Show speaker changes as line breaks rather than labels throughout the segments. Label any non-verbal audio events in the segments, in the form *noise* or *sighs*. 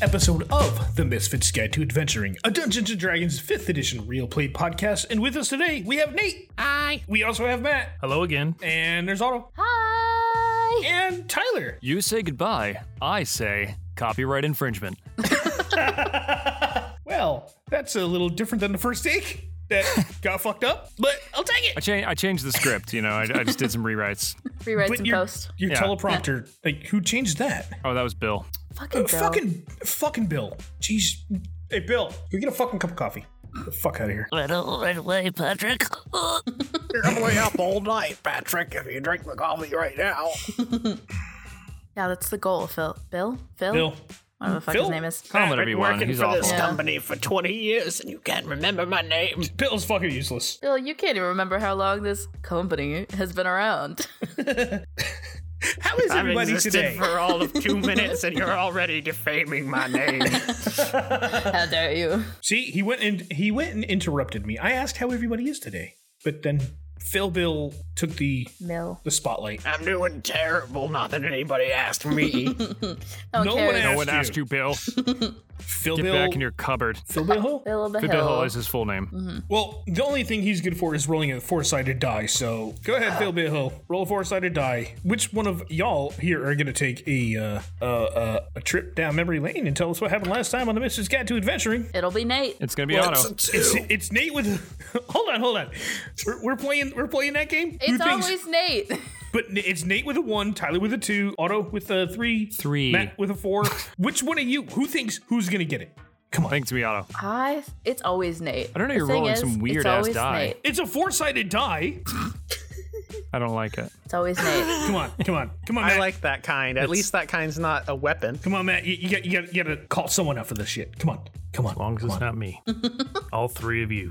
episode of The Misfits Guide to Adventuring, a Dungeons and Dragons 5th edition real play podcast. And with us today, we have Nate.
Hi.
We also have Matt.
Hello again.
And there's Otto.
Hi.
And Tyler.
You say goodbye. I say copyright infringement.
Well, that's a little different than the first take
*laughs*
that got fucked up, but I'll take it.
I, cha- I changed the script, you know, I, I just did some rewrites.
Rewrites
But
and
your,
post.
your
Yeah.
teleprompter, like, who changed that?
Oh, that was Bill.
Fucking Bill.
Fucking, fucking Bill. Jeez. Hey, Bill, can we get a fucking cup of coffee? Get the fuck out of here.
Right right away, Patrick.
You're gonna be up all night, Patrick, if you drink the coffee right now.
Yeah, that's the goal, Phil. Bill? Phil?
Bill.
Whatever the fuck
Phil?
his name is.
Comment
I've been
everyone.
working
He's
for this
awful.
Yeah.
company for 20 years, and you can't remember my name.
Bill's fucking useless.
Bill, you can't even remember how long this company has
*laughs*
been around.
How *laughs* is
I've
everybody
existed
today?
for all of *laughs* two minutes, and you're already defaming my *laughs* name.
how dare you?
See, he went and he went and interrupted me. I asked how everybody is today, but then Phil Bill took the
Mill.
the spotlight.
I'm doing terrible. Not that anybody asked me.
No,
No
no
one
cares.
asked-
No one asked you, Bill.
Phil
Get
Bill,
back in your cupboard.
Phil Bill. Hill?
Bill of the
Bill Hill
Hill.
is his full
mm-hmm.
name.
Well, the only thing he's good for is rolling a four sided die. So go ahead, Phil Bill. Hill. Roll a four sided die. Which one of y'all here are gonna take a uh, uh, uh, a trip down memory lane and tell us what happened last time on the Mrs. Cat to Adventuring?
It'll be Nate.
It's gonna be Otto.
It's, it's Nate with. *laughs* hold on, hold on. We're, we're playing. We're playing that game. Who
It's
thinks-
always Nate.
But n- it's Nate with a one, Tyler with a two, Otto with a three,
Three.
Matt with a
*laughs*
four. Which one of you? Who thinks who's gonna get it? Come
I
on.
think it's gonna be Otto.
*laughs*
Uh,
I. It's always Nate.
I don't know,
The
you're
thing
rolling
is,
some
it's
weird-ass
always
die.
Nate.
It's a four-sided die.
I don't like it.
It's always Nate.
*laughs*
Come on, come on, come on, Matt.
I like that kind. At least that kind's not a weapon.
come on, Matt. You, you got, you got, you got to call someone out for this shit. Come on, come on.
As long as it's
*laughs*
not me. All three of you.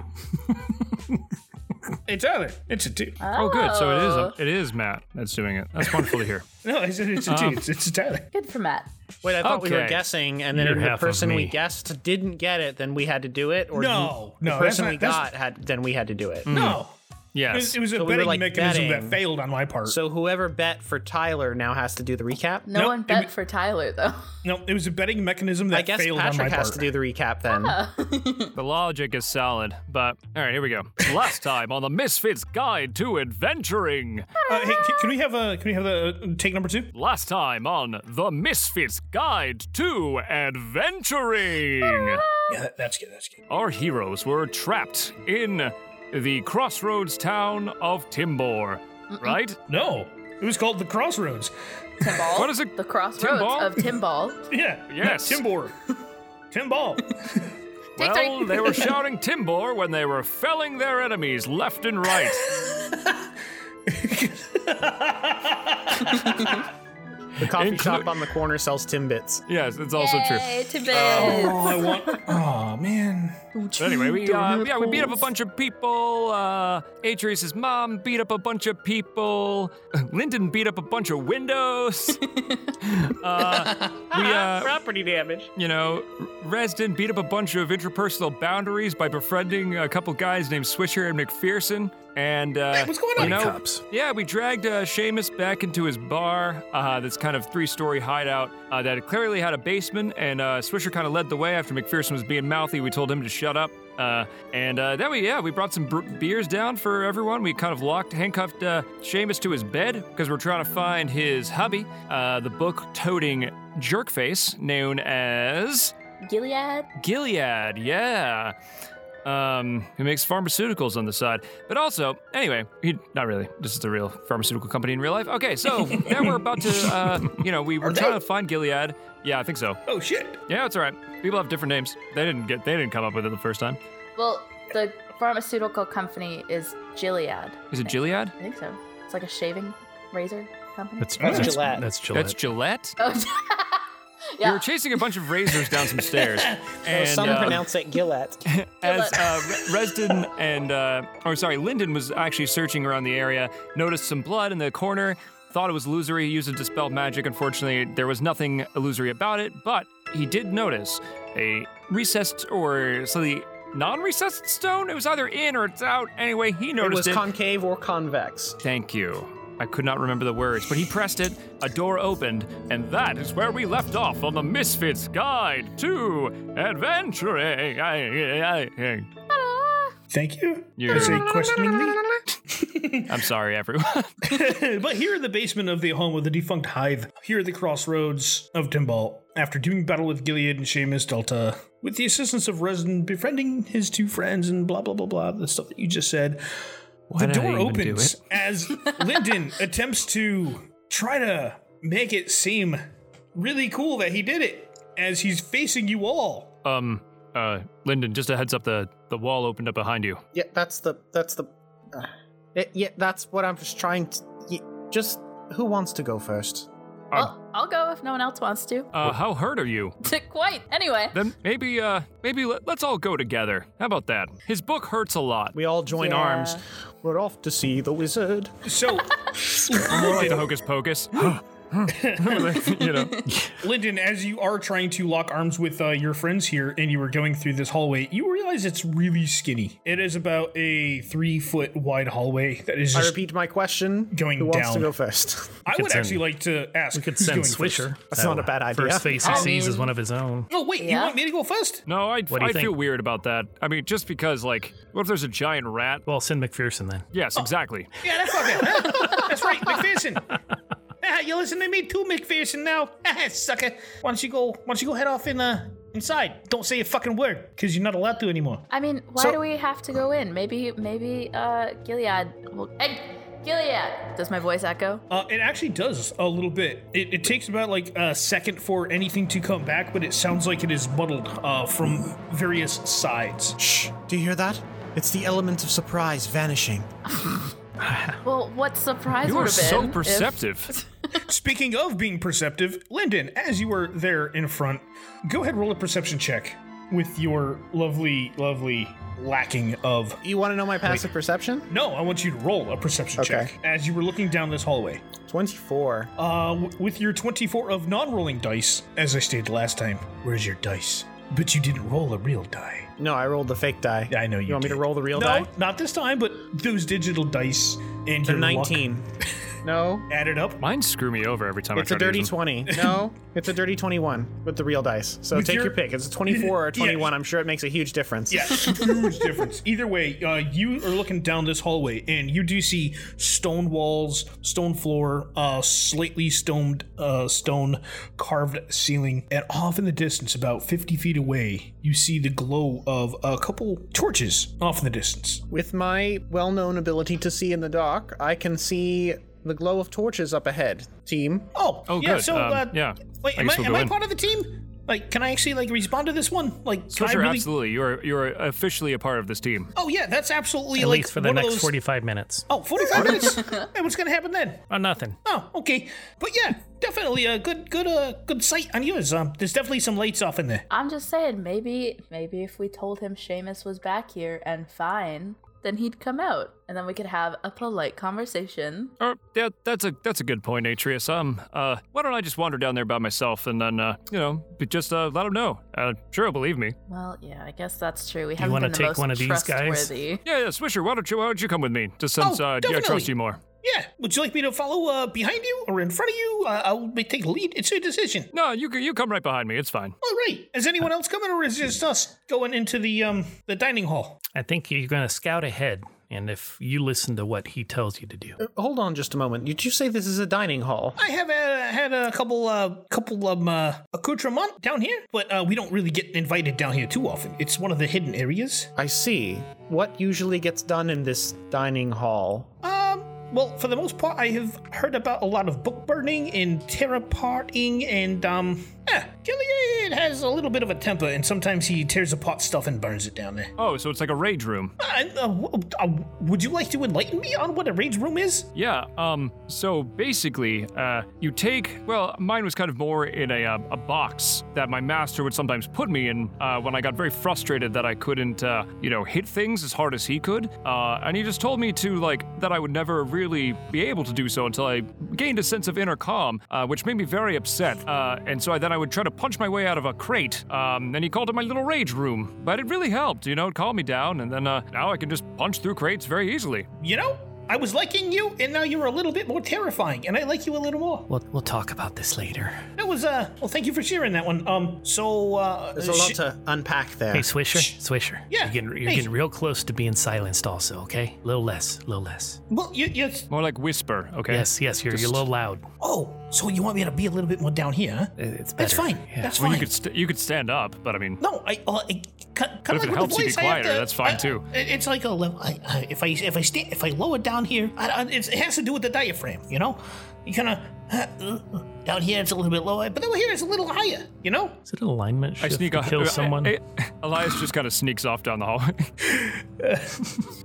Hey, Tyler, it's a two.
Oh, good. So it is. it is Matt that's doing it. That's wonderful
*laughs*
to hear.
No, I said it's a two.
Uh,
It's, it's a Tyler.
Good for Matt.
Wait, I thought we were
Okay.
guessing, and then
You're
if the
half of
person
me.
we guessed didn't get it, then we had to do it. Or
No,
you,
no,
the
that's
person
not-
we
that's- Mm.
got had then we had to do it.
hmm.
No, it was,
Yes.
it was a
So we were,
betting
like,
mechanism that
betting.
failed on my part.
So whoever bet for Tyler now has to do the recap.
No
Nope,
one
it
bet
wa-
for
*laughs*
Tyler, though.
no, it was a betting mechanism that
I guess
failed on
Patrick
my
has
part.
to do the recap then.
The logic is solid, but all right, here we go. Last time on the Misfits Guide to Adventuring.
uh, hey, can, can we have a? Can we have the take number two?
Last time on the Misfits Guide to Adventuring.
Yeah, that, that's good. That's good.
Our heroes were trapped in the crossroads town of Timbor, right?
No, it was called the Crossroads.
Timball.
What is it?
The crossroads
Timball? *laughs*
of Timball.
Yeah.
Yes.
Timbor. Timball.
Well, they were shouting Timbor when they were felling their enemies left and right.
The coffee
Inclu-
shop on the corner sells Timbits.
Yes, it's also
Yay, Timbits.
oh, I want. Oh man.
true. Anyway, we uh, yeah, we beat
*laughs*
up a bunch of people. Uh, Atreus' mom beat up a bunch of people. *laughs* Linden beat up a bunch of windows. uh,
*laughs*
we uh,
Property damage.
You know, Resden beat up a bunch of interpersonal boundaries by befriending a couple guys named Swisher and McPherson. And uh,
what's going
you
on?
know,
Cops.
Yeah, we dragged uh, Seamus back into his bar. Uh, this kind of three-story hideout uh, that clearly had a basement. And uh, Swisher kind of led the way after McPherson was being mouthy. We told him to shut up. Uh, and uh, then we, yeah, we brought some br- beers down for everyone. We kind of locked, handcuffed uh, Seamus to his bed because we're trying to find his hubby, uh, the book-toting jerkface known as
Gilead.
Gilead. Yeah. Um, who makes pharmaceuticals on the side. But also, anyway, he, not really. This is a real pharmaceutical company in real life.
*laughs*
Okay, so now we're about to, uh, you know, we were trying to find Gilead. Yeah, I think so.
Oh shit.
Yeah, it's all right. People have different names. They didn't get. They didn't come up with it the first time.
Well, the pharmaceutical company is Gilead. I
Is it Gilead?
think so. It's like a shaving razor company.
That's
That's
that's
Gillette.
That's Gillette.
That's Gillette.
oh,
We were
yeah.
chasing a bunch of razors down some stairs, and
Some
uh,
pronounce
*laughs*
it Gillette.
as
Gillette.
uh, Re- Resden and, uh, or sorry, Linden was actually searching around the area, noticed some blood in the corner, thought it was illusory, used a dispel magic. Unfortunately, there was nothing illusory about it, but he did notice a recessed or slightly non recessed stone. It was either in or it's out. Anyway, he
It
noticed
was
it.
concave or convex.
Thank you. I could not remember the words, but he pressed it, a door opened, and that is where we left off on the Misfits Guide to Adventuring. I- I- I-
Thank you.
You're-
You say questioningly.
I'm sorry, everyone. *laughs*
but here in the basement of the home of the defunct Hive, here at the crossroads of Timbal, after doing battle with Gilead and Seamus Delta, with the assistance of Resin befriending his two friends and blah blah blah blah, the stuff that you just said, the
did I
door
even do
opens as
*laughs*
Lyndon attempts to try to make it seem really cool that he did it as he's facing you all.
um, uh, Lyndon, just a heads up, the, the wall opened up behind you.
Yeah, that's the that's the. Uh, it, yeah, that's what I'm just trying to. y just who wants to go first?
Well, I'll go if no one else wants to. *laughs*
Uh, how hurt are you?
Quite. Anyway,
Then maybe, uh, maybe let, let's all go together. How about that? His book hurts a lot.
We all join
Yeah.
arms. We're off to see the wizard.
So
More like the hocus pocus. *gasps* *laughs* you know.
Lyndon, as you are trying to lock arms with uh, your friends here and you are going through this hallway, you realize it's really skinny. It is about a three foot wide hallway that is
I
just.
repeat my question.
Going
who wants
down.
to go first?
I, would
could send-
actually like to ask.
We could
who's
send
going
Swisher.
first.
That's
That
not a bad idea.
First face he
I
sees
mean-
is one of his own.
Oh, wait, you
Yeah.
want me to go first?
No, I'd,
What do you
I'd feel
think?
weird about that. I mean, just because, like, what if there's a giant rat?
Well, send McPherson then.
Yes, exactly.
Yeah, that's not bad. that's right, McPherson. Ah, you listen to me too, McPherson. Now, *laughs* sucker. Why don't you go? Why don't you go head off in uh inside? Don't say a fucking word, cause you're not allowed to anymore.
I mean, why
So-
do we have to go in? Maybe, maybe uh, Gilead. Will, and Gilead. Does my voice echo?
Uh, it actually does a little bit. It, it takes about like a second for anything to come back, but it sounds like it is muddled uh, from various sides.
Shh! Do you hear that? It's the element of surprise vanishing.
Well, what surprise
You
would
are
have been
so
if-
perceptive.
Speaking of being perceptive, Lyndon, as you were there in front, go ahead roll a perception check with your lovely, lovely lacking of.
You want to know my passive perception?
No, I want you to roll a perception
Okay.
check as you were looking down this hallway.
Twenty-four.
Uh, w- with your 24 of non-rolling dice, as I stated last time. Where's your dice? But you didn't roll a real die.
No, I rolled the fake die.
I know you.
You want me
did.
to roll the real
no,
die?
not this time, but those digital dice and
The
your luck
nineteen.
*laughs*
no.
added up.
Mine screw me over every time
It's
I
a
try to
dirty
use
*laughs*
them.
20. No, it's a dirty 21 with the real dice. So
With
take your,
your-
pick. It's a 24 or a
*laughs* Yeah.
21. I'm sure it makes a huge difference.
Yeah, *laughs* huge difference. Either way, uh, you are looking down this hallway, and you do see stone walls, stone floor, uh, slightly stoned, uh, stone carved ceiling, and off in the distance, about fifty feet away, you see the glow of a couple torches off in the distance.
With my well known ability to see in the dark, I can see the glow of torches up ahead. Team.
Oh,
Oh,
yeah.
good.
So,
Um,
uh,
yeah.
Wait,
I
am I,
guess we'll
am
go
I
in.
part of the team? Like, can I actually like respond to this one? Like, can I
Swisher,
really?
absolutely. You're you're officially a part of this team.
Oh yeah, that's absolutely
At
like
least for the
one of
next
those-
45 minutes.
Oh, 45 minutes. and what's gonna happen then?
Oh, nothing.
Oh, okay. But yeah, definitely a good, good, uh, good sight on yours. Um, there's definitely some lights off in there.
I'm just saying, maybe, maybe if we told him Seamus was back here and fine, then he'd come out, and then we could have a polite conversation.
Oh, yeah, that's a that's a good point, Atreus. Um, uh, why don't I just wander down there by myself and then uh, you know, be- just uh, let him know. Uh, sure, he'll believe me.
Well, yeah, I guess that's true. We haven't
wanna
been the
take
most
one of these guys?
trustworthy.
Yeah, yeah, Swisher, why don't you why don't you come with me? Just since
Oh,
uh, yeah, I
definitely.
trust you more.
Yeah. Would you like me to follow uh, behind you or in front of you? Uh, I'll be- take the lead. It's your decision.
No, you c- you come right behind me. It's fine.
All right. Is anyone else coming, or is it just us going into the um the dining hall?
I think you're going to scout ahead, and if you listen to what he tells you to do.
Hold on just a moment. Did you say this is a dining hall?
I have uh, had a couple, uh, couple um, uh, accoutrements down here, but uh, we don't really get invited down here too often. It's one of the hidden areas.
I see. What usually gets done in this dining hall?
Um, well, for the most part, I have heard about a lot of book burning and terror parting, and um, yeah, Gilead has a little bit of a temper, and sometimes he tears apart stuff and burns it down there.
Oh, so it's like a rage room.
Uh, uh, w- uh, would you like to enlighten me on what a rage room is?
Yeah. Um. So basically, uh, you take. Well, mine was kind of more in a uh, a box that my master would sometimes put me in uh, when I got very frustrated that I couldn't, uh, you know, hit things as hard as he could. Uh, and he just told me to like that I would never really be able to do so until I gained a sense of inner calm, uh, which made me very upset. Uh, and so I, then I would try to punch my way out of a crate. Um. And he called it my little rage room, but it really helped. You know, it calmed me down, and then uh, now I can just punch through crates very easily.
You know, I was liking you, and now you're a little bit more terrifying, and I like you a little more.
We'll, we'll talk about this later.
That was uh. Well, thank you for sharing that one. Um. So uh.
There's a
sh-
lot to unpack there.
Hey, Swisher, Swisher.
Yeah,
You're getting, you're
hey.
getting real close to being silenced, also, okay? A little less, a little less.
well, you, yes.
More like whisper, okay?
Yes, yes, you're, you're a
Just-
little loud.
Oh, so you want me to be a little bit more down here? Huh?
It's better.
That's fine.
Yeah.
That's
Well,
fine.
you could st- you could stand up, but I mean,
No, I, uh, I kind of
But if
like
it helps
with
you
the
be
voice, I have
quieter,
to-
that's fine,
I-
too.
I- It's like a level. I, I, if I if I stand if I lower down here, I, I, it's, it has to do with the diaphragm. You know, you kind of uh, uh, down here it's a little bit lower, but over here it's a little higher. You know,
Is it an alignment
I
shift
sneak
to
off.
kill someone?
I- I- Elias just kind of sneaks off down the hallway.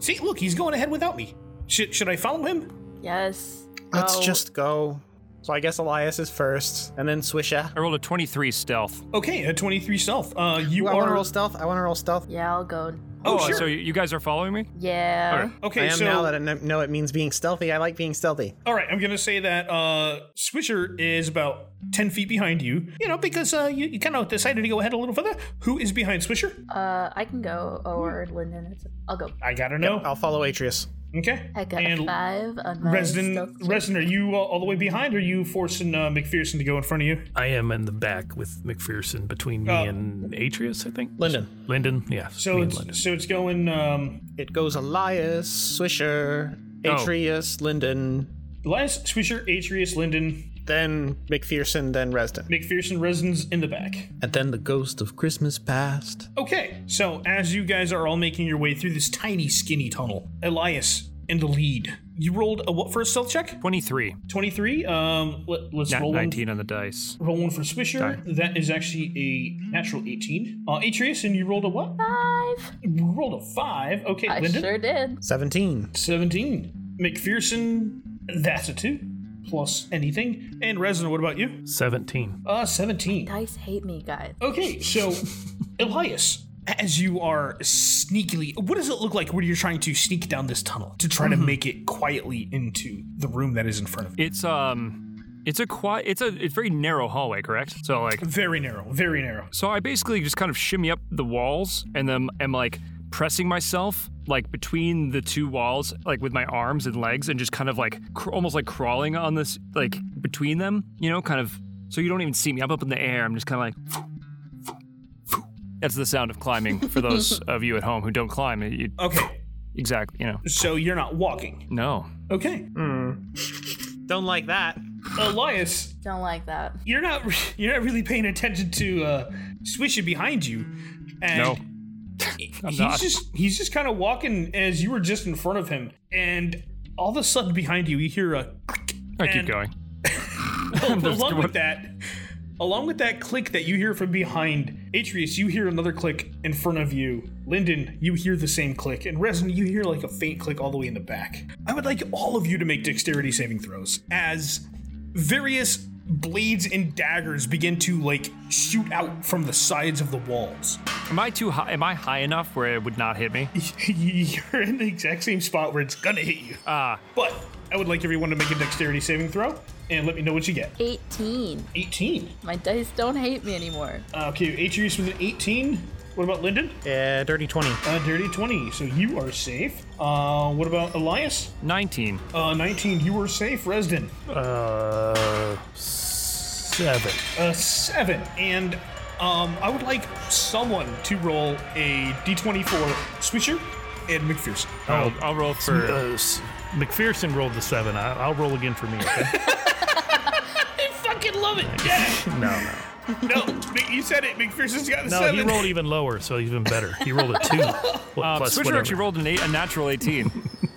see, look, he's going ahead without me. Should should I follow him?
Yes. Oh,
Let's
Go.
just go. So I guess Elias is first, and then Swisher.
*laughs* I rolled a 23 stealth.
Okay, a twenty-three stealth. Uh,
Ooh,
you
I want to roll stealth. I want to roll stealth.
Yeah, I'll go.
Oh,
uh,
sure.
so you- you guys are following me?
Yeah.
Alright.
okay.
I am
so
now that I kn- know it means being stealthy. I like being stealthy.
All right, I'm gonna say that uh, Swisher is about ten feet behind you. You know, because uh, you, you kind of decided to go ahead a little further. Who is behind Swisher?
Uh, I can go or Lyndon. It's, I'll go.
I gotta know.
I'll follow Atreus.
Okay.
I got
and
a five on my
Resin,
stealth check.
Resin, are you uh, all the way behind? Or are you forcing uh, McPherson to go in front of you?
I am in the back with McPherson between me and Atreus, I think.
Lyndon.
Lyndon, yeah.
So
me and
it's
Lyndon.
so it's going um,
It goes Elias, Swisher, Atreus, Lyndon,
Elias, Swisher, Atreus, Linden,
then McPherson, then Resden.
McPherson, Resin's in the back.
And then the ghost of Christmas past.
Okay, so as you guys are all making your way through this tiny, skinny tunnel, Elias in the lead. You rolled a what for a stealth check?
23.
Twenty three. Um, let, let's
Nat
roll one
19 on the dice.
Roll one for Swisher. That is actually a natural 18. Uh, Atreus, and you rolled a what?
Five.
You rolled a 5. Okay,
I
Lyndon.
sure did.
17.
17. McPherson, that's a 2. Plus anything. And Resin, what about you?
17.
Uh, 17.
Dice hate me, guys.
Okay, so *laughs* Elias, as you are sneakily, what does it look like when you're trying to sneak down this tunnel to try to make it quietly into the room that is in front of you?
It's um it's a quiet it's a it's very narrow hallway, correct? So like
Very narrow, very narrow.
so I basically just kind of shimmy up the walls and then am like pressing myself like between the two walls like with my arms and legs and just kind of like cr- almost like crawling on this like between them, you know, kind of so you don't even see me. I'm up in the air. I'm just kind of like that's the sound of climbing *laughs* for those of you at home who don't climb. You,
Okay,
exactly, you know.
so you're not walking.
No.
Okay,
Don't like that.
Elias,
Don't like that.
you're not re- you're not really paying attention to uh Swisher behind you. And
No. *laughs* I'm
he's
not.
just he's just kind of walking as you were just in front of him and all of a sudden behind you you hear a *laughs*
I keep
And-
going.
along with that along with that click that you hear from behind Atreus you hear another click in front of you Lyndon you hear the same click and Resin you hear like a faint click all the way in the back I would like all of you to make dexterity saving throws as various blades and daggers begin to like shoot out from the sides of the walls
Am I too high? Am I high enough where it would not hit me?
*laughs* you're in the exact same spot where it's gonna hit you
Ah,
but I would like everyone to make a dexterity saving throw and let me know what you get
18.
18
My dice don't hate me anymore.
Uh, Okay, Atreus with an 18. What about Lyndon?
Yeah, dirty 20.
Uh, dirty 20. So you are safe. Uh, what about Elias?
19.
Uh, 19. You are safe. Resden,
Uh, seven.
uh, 7. And um, I would like someone to roll a d20 for Swisher and McPherson.
I'll, I'll roll for.
Uh, s- McPherson rolled the seven. I, I'll roll again for me, okay?
I fucking love it. Yeah.
*laughs* no, no.
*laughs* no, you said it. McPherson's got the
No,
7.
he rolled even lower, so even better. He rolled a *laughs* two.
uh,
plus
Switcher
whatever.
actually rolled an eight, a natural *laughs* 18.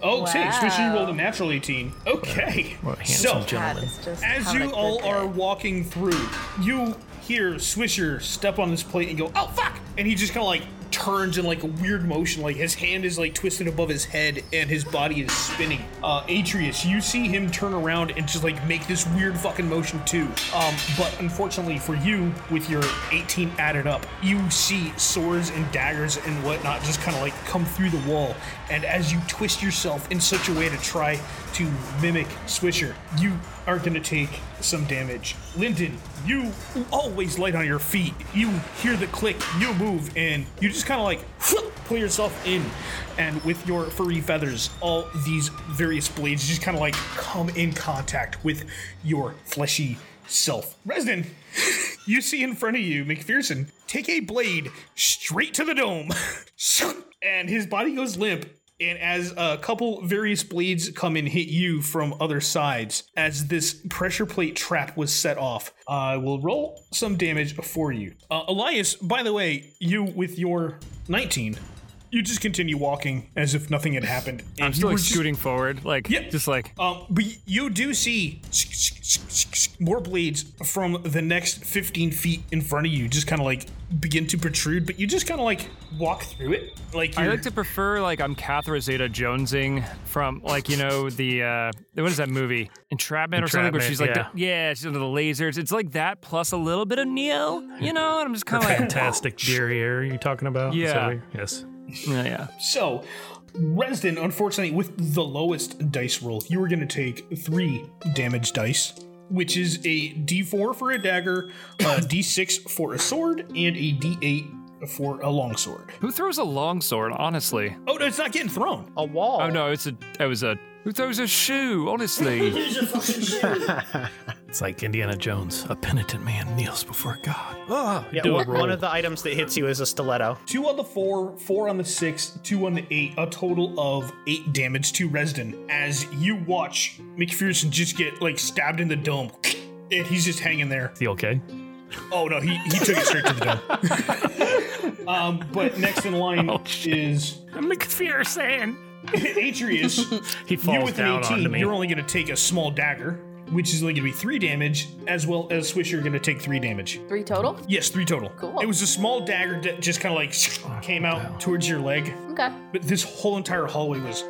Oh, see, Swisher, you
Wow.
rolled a natural 18. Okay.
What a handsome
so,
That
gentleman.
is just
As
having a
you all
good
are
day.
walking through, you hear Swisher step on this plate and go, "Oh fuck!" And he just kind of like turns in like a weird motion, like his hand is like twisted above his head and his body is spinning. Uh, Atreus, you see him turn around and just like make this weird fucking motion too. Um, but unfortunately for you, with your 18 added up, you see swords and daggers and whatnot just kind of like come through the wall. And as you twist yourself in such a way to try to mimic Swisher, you are going to take some damage. Lyndon, you always light on your feet. You hear the click, you move, and you just kind of like pull yourself in, and with your furry feathers, all these various blades just kind of like come in contact with your fleshy self. Resden, you see in front of you McPherson take a blade straight to the dome, *laughs* and his body goes limp. And as a couple various blades come and hit you from other sides, as this pressure plate trap was set off, I will roll some damage for you. Uh, Elias, by the way, you with your 19, you just continue walking as if nothing had happened.
I'm
and
still
you were
like
just-
scooting forward, like
Yep.
just like
um, but y- you do see more blades from the next 15 feet in front of you, just kind of like begin to protrude, but you just kind of like walk through it. Like,
I
you're-
like to prefer like I'm Cathra Zeta Jonesing from like you know the uh what is that movie Entrapment or something where she's like
Entrapment,
the- yeah she's under the lasers it's like that plus a little bit of Neo you know and I'm just kind of like
Fantastic derriere you're talking about? Is that
Yeah.
what you- Yes.
*laughs* yeah yeah
So, Resden, unfortunately, with the lowest dice roll, you were going to take three damage dice, which is a d4 for a dagger,
*coughs*
a d6 for a sword, and a d8 for a longsword.
who throws a longsword honestly
Oh, no, it's not getting thrown.
A wall.
oh no it's a it was a who throws a shoe *laughs* honestly
It's like Indiana Jones, a penitent man kneels before God.
Yeah,
Do a
one,
roll.
one of the items that hits you is a stiletto.
Two on the four, four on the six, two on the eight, a total of eight damage to Resden as you watch McPherson just get like stabbed in the dome. *sniffs* And he's just hanging there.
Is he okay?
Oh no, he, he took it straight to the dome.
*laughs*
um, but next in line
Oh,
is
McPherson.
*laughs*
*laughs*
Atreus.
He
you
falls
with an
down onto
18,
me.
you're only going to take a small dagger, which is only going to be three damage, as well as Swisher going to take three damage.
Three total?
Yes, three total.
Cool.
It was a small dagger that just kind of like came out towards your leg,
Okay.
but this whole entire hallway was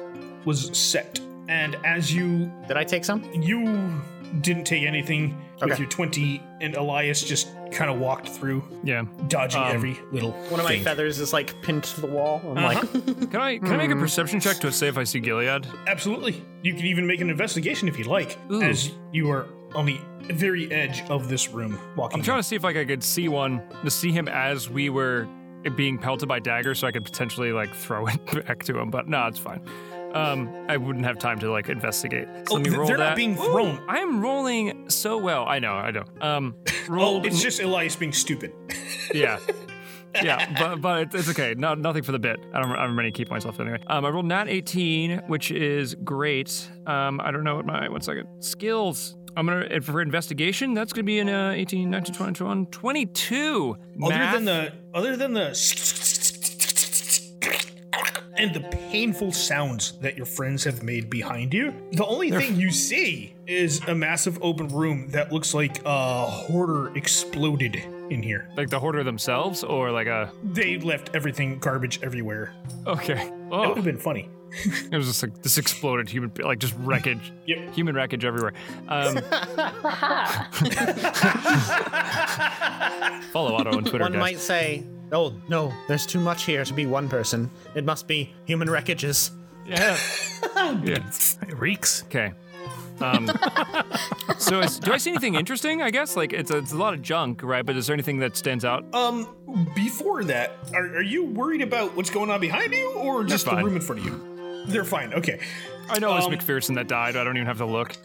was set. And as you
Did I take some?
you didn't take anything with
Okay.
your 20, and Elias just kind of walked through,
yeah
dodging every little
Um, One of my
thing.
feathers is like pinned to the wall. I'm like,
can I can I make a perception check to say if I see Gilead
Absolutely. You can even make an investigation if you'd like, as you are on the very edge of this room walking.
I'm trying to see if like I could see one to see him as we were being pelted by daggers, so I could potentially like throw *laughs* it back to him. But no, it's fine. Um, I wouldn't have time to like investigate.
Oh,
So let me
th-
roll
they're not
that.
being thrown.
I am rolling so well. I know. I know. Um,
Oh,
rolled.
it's just Elias being stupid.
yeah. yeah, but but it's- it's okay. No, nothing for the bit. I don't. I'm ready to keep myself anyway. Um, I rolled nat 18, which is great. Um, I don't know what my one second skills. I'm gonna and for investigation. That's gonna be in uh, 18, 19, 20, 21, 22. Math.
Other than the other than the and the painful sounds that your friends have made behind you, the only thing you see is a massive open room that looks like a hoarder exploded in here.
like the hoarder themselves, or like a
They left everything garbage everywhere.
okay.
That
Oh,
would have been funny.
it was just like this exploded human, like just wreckage,
Yep.
human wreckage everywhere. Um, *laughs*
Haha.
follow Otto on Twitter,
one
guys.
might say, oh no, there's too much here to be one person. It must be human wreckages.
Yeah. yeah.
It reeks.
Okay. Um, so is, do I see anything interesting? I guess like it's a, it's a lot of junk, right? But is there anything that stands out?
Um, before that, are, are you worried about what's going on behind you or just the
fine.
room in front of you? They're fine. Okay.
I know
um,
it's McPherson that died. I don't even have to look.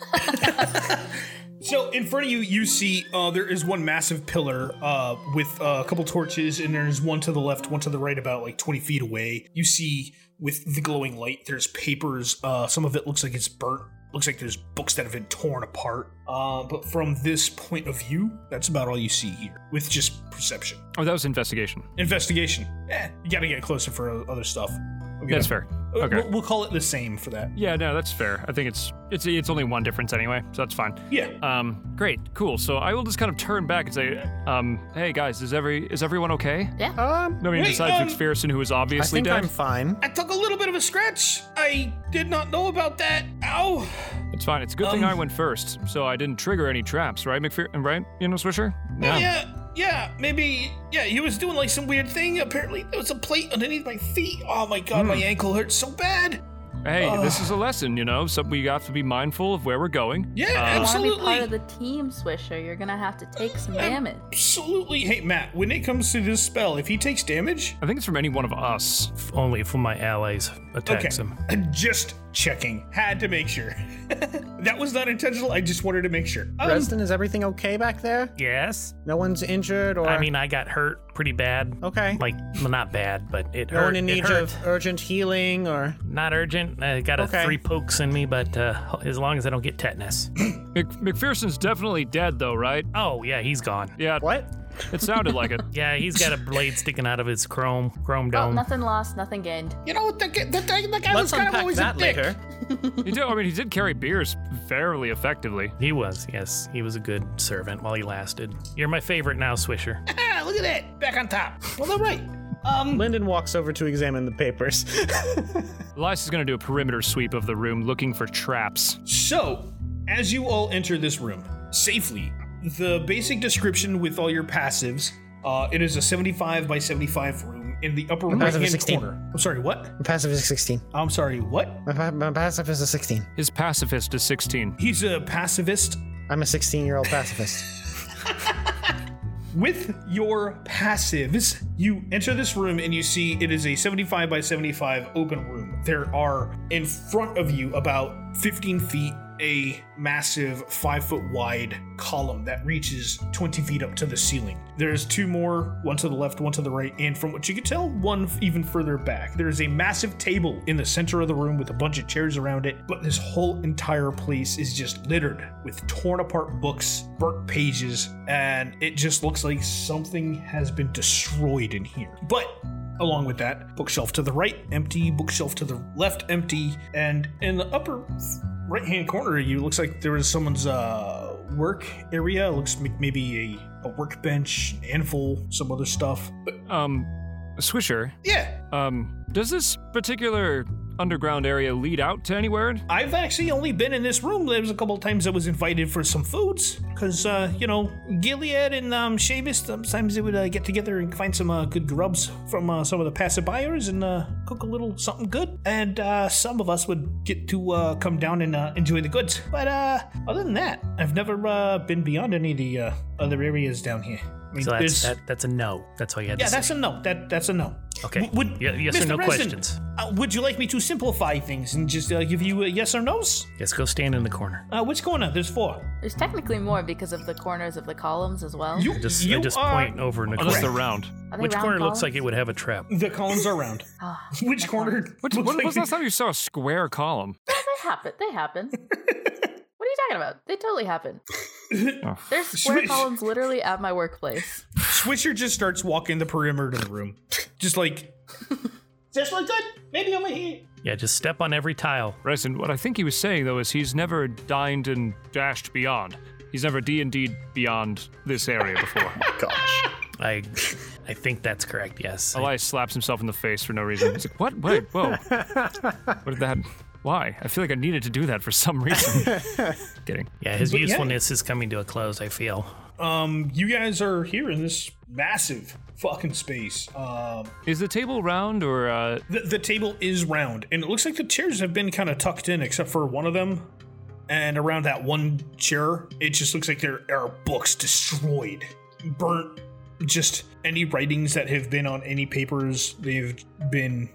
So in front of you, you see uh, there is one massive pillar uh, with uh, a couple torches, and there's one to the left, one to the right, about like 20 feet away. You see with the glowing light, there's papers. Uh, some of it looks like it's burnt. Looks like there's books that have been torn apart. Uh, but from this point of view, that's about all you see here with just perception.
Oh, that was investigation.
Investigation. Eh, you gotta get closer for o- other stuff. Okay.
That's fair.
Uh,
Okay.
We'll, we'll call it the same for that.
Yeah, no, that's fair. I think it's it's it's only one difference anyway, so that's fine.
Yeah.
Um, great, cool. So I will just kind of turn back and say, um, hey guys, is every is everyone okay?
Um,
No, I mean
Wait,
besides
um,
McPherson, who is
I
obviously
think
dead.
I'm fine.
I took a little bit of a scratch. I did not know about that. Ow.
It's fine. It's a good
um,
thing I went first, so I didn't trigger any traps, right, McPherson? Right? You know, Swisher?
Yeah. Oh, yeah. maybe. Yeah, he was doing like
Hmm.
some weird thing. Apparently, there was a plate underneath my feet. Oh my god, my ankle hurts so bad.
hey, this is a lesson, you know. So we have to be mindful of where we're going.
Uh,
Yeah,
You want to be part
absolutely.
of the team, Swisher. You're gonna have to take some damage.
absolutely. Hey, Matt, when it comes to this spell, if he takes damage,
I think it's from any one of us.
If only if my allies attacks him.
Uh, Just checking. Had to make sure. *laughs* that was not intentional. I just wanted to make sure. Um,
Reston, is everything okay back there?
Yes.
No one's injured or
I mean, I got hurt pretty bad.
Okay.
Like, well, not bad, but it
no
hurt.
one in
It
need
hurt.
of urgent healing or
Not urgent. I got a
Okay.
three pokes in me, but uh, as long as I don't get tetanus.
Mc- McPherson's definitely dead, though, right?
Oh yeah, he's gone.
Yeah,
what?
it sounded like it.
Yeah, he's got a blade sticking out of his chrome chrome
Well,
dome.
Oh, nothing lost, nothing gained.
you know what? The, the, the, the guy was
Let's
kind of
unpack
always
that
a dick.
later.
He did, I mean, he did carry beers fairly effectively.
he was, yes, he was a good servant while he lasted. You're my favorite now, Swisher.
Ah, *laughs* look at that. Back on top. Well, all right. Um,
Lyndon walks over to examine the papers. *laughs*
Lysa's gonna do a perimeter sweep of the room looking for traps.
So, as you all enter this room safely, the basic description with all your passives, uh, it is a 75 by 75 room in the upper right
passive is
hand
16.
corner. I'm sorry, what?
my passive is 16.
I'm sorry, what?
My, pa- my passive is a 16.
His pacifist is 16.
He's a pacifist.
I'm a 16 year old pacifist.
With your passives, you enter this room and you see it is a 75 by 75 open room. There are in front of you about 15 feet a massive 5 foot wide column that reaches 20 feet up to the ceiling. There's two more, one to the left, one to the right, and from what you can tell, one f- even further back. There is a massive table in the center of the room with a bunch of chairs around it, but this whole entire place is just littered with torn apart books, burnt pages, and it just looks like something has been destroyed in here. But along with that, bookshelf to the right, empty, bookshelf to the left, empty, and in the upper right hand corner of you looks like there was someone's uh work area looks like maybe a, a workbench an anvil some other stuff but
Um, Swisher,
yeah
um, does this particular underground area lead out to anywhere?
I've actually only been in this room. There was a couple times I was invited for some foods, cause uh, you know Gilead and um, Seamus. Sometimes they would uh, get together and find some uh, good grubs from uh, some of the passerbyers and uh, cook a little something good. And uh, some of us would get to uh, come down and uh, enjoy the goods. But uh, other than that, I've never uh, been beyond any of the uh, other areas down here. I mean,
So that's
there's-
that, that's a no. That's all you had
yeah,
to say.
that's a no. That that's a no.
Okay.
W- would-
Ye- yes or
Mr.
no
Resin,
questions.
Uh, would you like me to simplify things and just uh, give you uh, yes or no's?
Yes, go stand in the corner.
Uh, which corner? There's four.
There's technically more because of the corners of the columns as well.
You,
I just
you
I just
are.
point over in the
Oh, that's the
corner.
round.
Are they
Which
round
corner looks
columns?
like it would have a trap?
The columns are *laughs* round.
Ah,
Which corner?
What,
looks
when
like *laughs*
was
the-
last time you saw a square column?
they happen. They happen. what are you talking about? They totally happen. There's square
Swish.
columns literally at my workplace.
Swisher just starts walking the perimeter of the room, *laughs* just like. Just like that. Maybe over here.
Yeah, just step on every tile.
Resin, what I think he was saying though is he's never dined and dashed beyond. He's never D and D beyond this area before.
I I think that's correct. Yes.
Elias slaps himself in the face for no reason. He's like, "What? Wait, whoa! What did that? Why? I feel like I needed to do that for some reason." Kidding.
Yeah, his
But yeah.
usefulness is coming to a close. I feel.
Um, you guys are here in this massive fucking space. Um,
Is the table round or uh,
the, the table is round, and it looks like the chairs have been kind of tucked in, except for one of them. And around that one chair, it just looks like there are books destroyed, burnt, just any writings that have been on any papers, they've been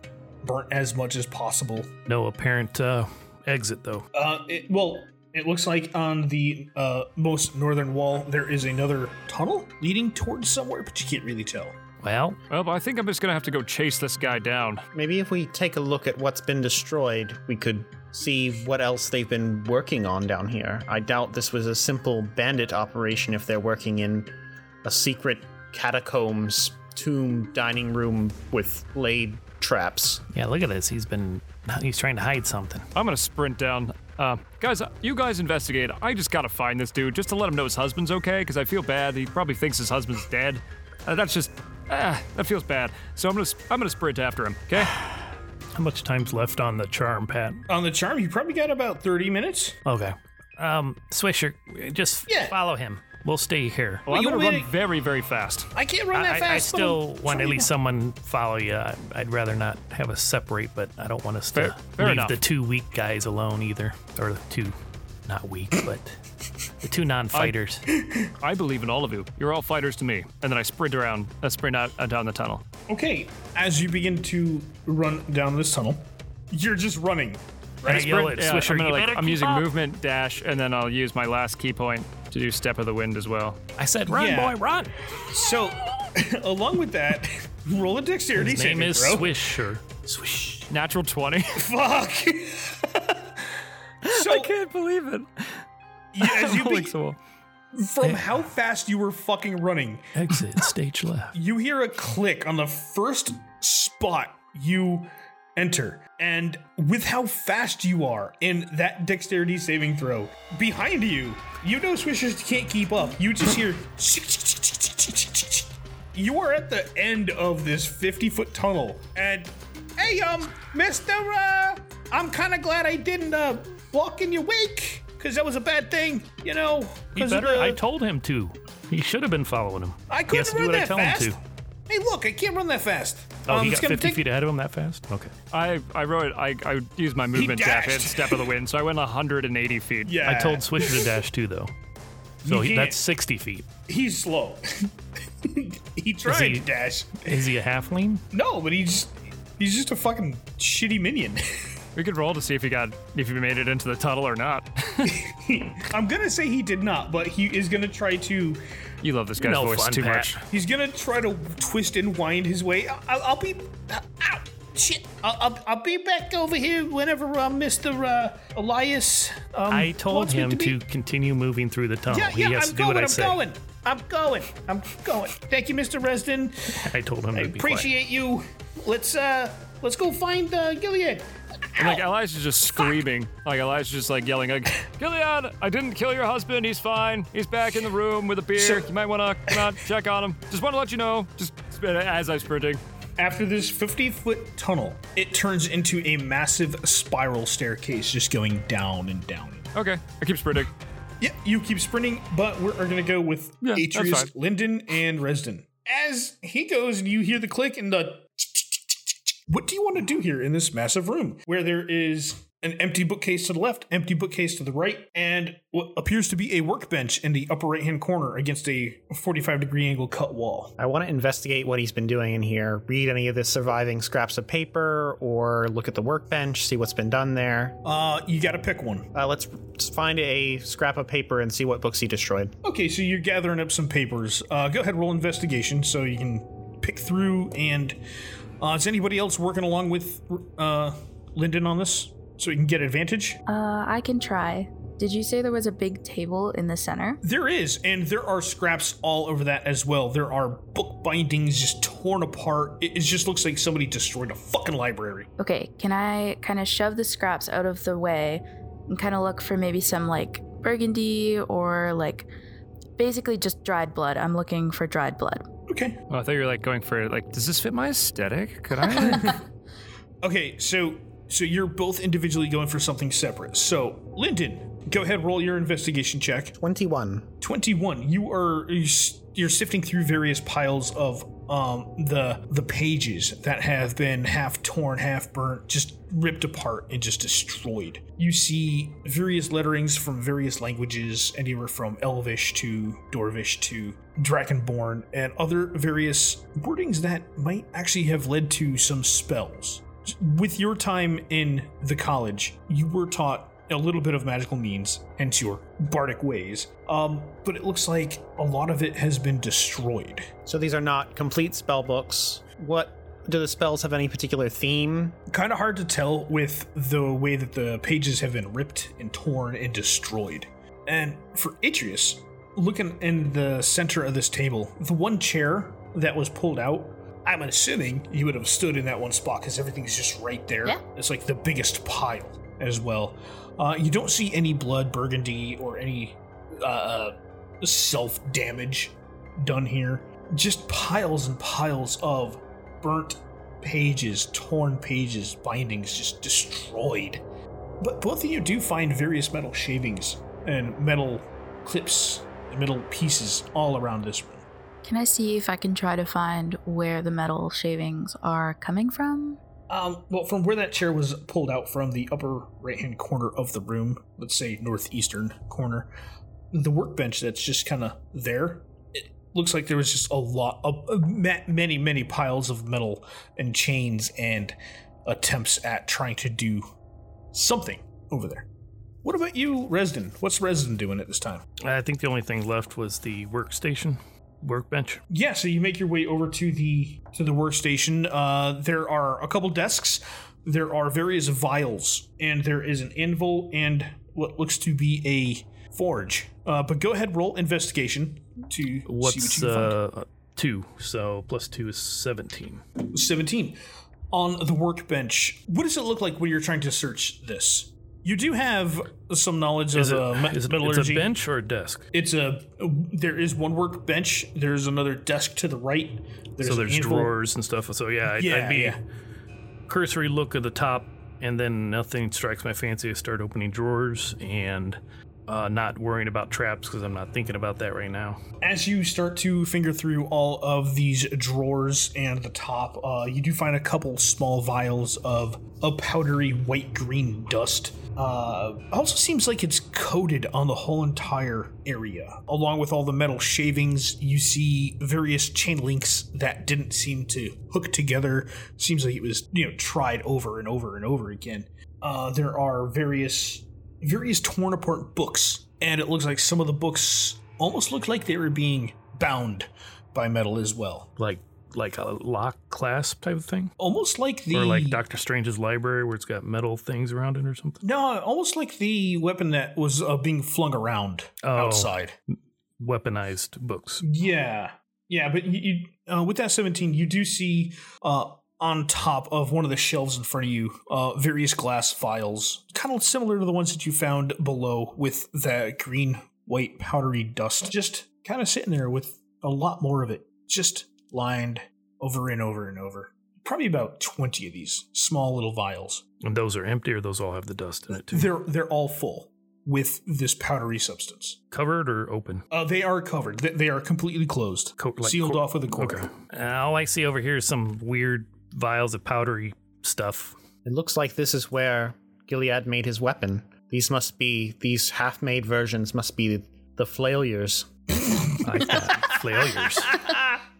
burnt as much as possible.
No apparent uh, exit though.
Uh, it, well, it looks like on the uh, most northern wall, there is another tunnel leading towards somewhere, but you can't really tell.
Well,
well, I think I'm just gonna have to go chase this guy down.
*laughs* Maybe if we take a look at what's been destroyed, we could see what else they've been working on down here. I doubt this was a simple bandit operation if they're working in a secret catacombs tomb dining room with laid traps.
yeah. Look at this. He's been he's trying to hide something.
I'm gonna sprint down. Uh, guys, you guys investigate. I just gotta find this dude just to let him know his husband's okay, because I feel bad. He probably thinks his husband's dead. Uh, that's just, ah, that feels bad. So I'm gonna, I'm gonna sprint after him.
*sighs*
Okay.
How much time's left on the charm, Pat?
On the charm, you probably got about 30 minutes.
Okay. Um, Swisher, just
Yeah.
follow him. We'll stay here.
Well, Oh, I'm
you
gonna
want
run
me to-
very, very fast.
I can't run that
I, I-
fast.
I
but I'm
still want at
trying.
least someone follow you. I, I'd rather not have us separate, but I don't want us to
Fair- fair
leave
enough.
the two weak guys alone either, or the two, not weak, but the two non-fighters.
I believe in all of you. You're all fighters to me. And then I sprint around, I sprint out uh, down the tunnel.
Okay, as you begin to run down this tunnel, you're just running.
I yell at
Yeah,
Swisher,
I'm, gonna,
"You
like-
better
I'm
keep
using
up."
movement dash, and then I'll use my last key point to do step of the wind as well.
I said, "Run,
Yeah.
boy, run."
So, *laughs* along with that, *laughs* roll a dexterity
His
saving
name is
throw.
Swisher.
Natural twenty.
Fuck.
*laughs*
so,
can't believe it.
yeah,
*laughs*
as
*laughs*
you
Rolling
be-
so well.
from how fast you were fucking running,
Exit stage
*laughs*
left.
you hear a click on the first spot you enter. And with how fast you are in that dexterity saving throw, behind you, you know Swishers can't keep up. You just hear. *laughs* You are at the end of this 50 foot tunnel. And hey, um, Mr. Uh, I'm kind of glad I didn't uh, walk in your wake because that was a bad thing, you know?
He
'cause of
better.
the-
I told him to. He should have been following him.
I
He
couldn't
has to do
run
what I
that
tell
fast.
him to.
Hey, look, I can't run that fast.
Oh,
Um,
he
it's
got
gonna
50
take-
feet ahead of him that fast. Okay.
I I wrote I I used my movement dash and
dashed.
step of the wind, so I went 180 feet.
Yeah,
I told Swisher to dash too, though. So
Uh, You
he, that's
can't.
60 feet.
he's slow. *laughs* he tried
he-
to dash.
Is he a halfling?
No, but he's just he's just a fucking shitty minion. *laughs*
We could roll to see if he got if he made it into the tunnel or not. *laughs*
I'm gonna say he did not, but he is gonna try to
You love this guy's
No
voice
fun,
too
Pat.
much.
he's gonna try to twist and wind his way. I- I'll, I'll be out. Shit, I'll, I'll, I'll be back over here whenever uh, Mr. Uh, Elias. Um,
I told
wants me
him
to, be-
to continue moving through the tunnel.
Yeah,
Oh, he
yeah,
has
I'm
to do
going.
what I
I'm
say.
going. I'm going. I'm going. Thank you, Mr. Resden.
I told him
I
to be quiet.
appreciate you. Let's uh, let's go find uh, Gilead.
And like Elijah's just screaming. Like Elijah's just like yelling like Gilead, I didn't kill your husband, he's fine. He's back in the room with a beer.
So-
you might wanna come out, check on him. Just wanna let you know. Just as I'm sprinting.
After this 50 foot tunnel, it turns into a massive spiral staircase, just going down and down.
Okay. I keep sprinting.
Yeah, you keep sprinting, but we're going to go with
Yeah, that's fine.
Atreus, Linden, and Resden. As he goes, and you hear the click and the. What do you want to do here in this massive room where there is an empty bookcase to the left, empty bookcase to the right, and what appears to be a workbench in the upper right hand corner against a 45 degree angle cut wall?
I want to investigate what he's been doing in here, read any of the surviving scraps of paper, or look at the workbench, see what's been done there.
Uh, you got to pick one.
Uh, let's find a scrap of paper and see what books he destroyed.
Okay, so you're gathering up some papers. Uh, go ahead, roll investigation, so you can pick through. And uh, is anybody else working along with uh, Lyndon on this, so we can get advantage?
Uh, I can try. Did you say there was a big table in the center?
There is, and there are scraps all over that as well. There are book bindings just torn apart. It, it just looks like somebody destroyed a fucking library.
Okay, can I kind of shove the scraps out of the way and kind of look for maybe some like burgundy or like basically just dried blood? I'm looking for dried blood.
Okay.
Oh, I thought you were like going for like, does this fit my aesthetic? Could *laughs* I
Okay, so so you're both individually going for something separate. So Lyndon, go ahead, roll your investigation check.
21.
21 you are you're s- you're sifting through various piles of um the the pages that have been half torn half burnt just ripped apart and just destroyed you see various letterings from various languages anywhere from elvish to dorvish to drakenborn and other various wordings that might actually have led to some spells with your time in the college, you were taught a little bit of magical means, hence your bardic ways. Um, but it looks like a lot of it has been destroyed.
So these are not complete spell books. What do the spells have any particular theme?
Kind of hard to tell with the way that the pages have been ripped and torn and destroyed. And for Atreus, looking in the center of this table, the one chair that was pulled out, I'm assuming you would have stood in that one spot because everything's just right there.
Yeah.
It's like the biggest pile as well. Uh, you don't see any blood, burgundy, or any uh, self damage done here. Just piles and piles of burnt pages, torn pages, bindings just destroyed. But both of you do find various metal shavings and metal clips the metal pieces all around this room.
Can I see if I can try to find where the metal shavings are coming from?
Um, well, from where that chair was pulled out from the upper right hand corner of the room, let's say northeastern corner, the workbench that's just kind of there, it looks like there was just a lot of of ma- many, many piles of metal and chains and attempts at trying to do something over there. What about you, Resden? What's Resden doing at this time?
I think the only thing left was the workstation, workbench.
yeah so you make your way over to the to the workstation uh there are a couple desks there are various vials and there is an anvil and what looks to be a forge uh but go ahead roll investigation to
What's
see what you can
uh, two? So plus two is seventeen.
find 17 on the workbench what does it look like when you're trying to search this you do have some knowledge
Is
of
it,
uh, me-
is it
metallurgy
it's a bench or a desk?
it's a there is one workbench there's another desk to the right there's
so
an
there's
anvil.
drawers and stuff. So yeah, I'd,
yeah,
I'd be
yeah.
cursory look at the top, and then nothing strikes my fancy. I start opening drawers and uh, not worrying about traps because I'm not thinking about that right now.
as you start to finger through all of these drawers and the top, uh, you do find a couple small vials of a powdery white green dust. Uh, also seems like it's coated on the whole entire area. Along with all the metal shavings, you see various chain links that didn't seem to hook together. Seems like it was, you know, tried over and over and over again. Uh, there are various various torn apart books, and it looks like some of the books almost look like they were being bound by metal as well.
Like like a lock clasp type of thing,
Almost like the
or like Doctor Strange's library where it's got metal things around it or something.
no, almost like the weapon that was uh, being flung around
Oh.
outside.
Weaponized books.
Yeah, yeah, but you, you uh, with that seventeen, you do see uh, on top of one of the shelves in front of you uh, various glass vials, kind of similar to the ones that you found below with that green, white, powdery dust, just kind of sitting there with a lot more of it, just lined over and over and over. Probably about twenty of these small little vials.
And those are empty, or those all have the dust in it too.
They're they're all full with this powdery substance.
Covered or open?
Uh, they are covered. They, they are completely closed,
Co- like
sealed
cor-
off with a cork.
Uh, all I see over here is some weird vials of powdery stuff.
It looks like this is where Gilead made his weapon. These must be these half-made versions must be the flailures.
I failures.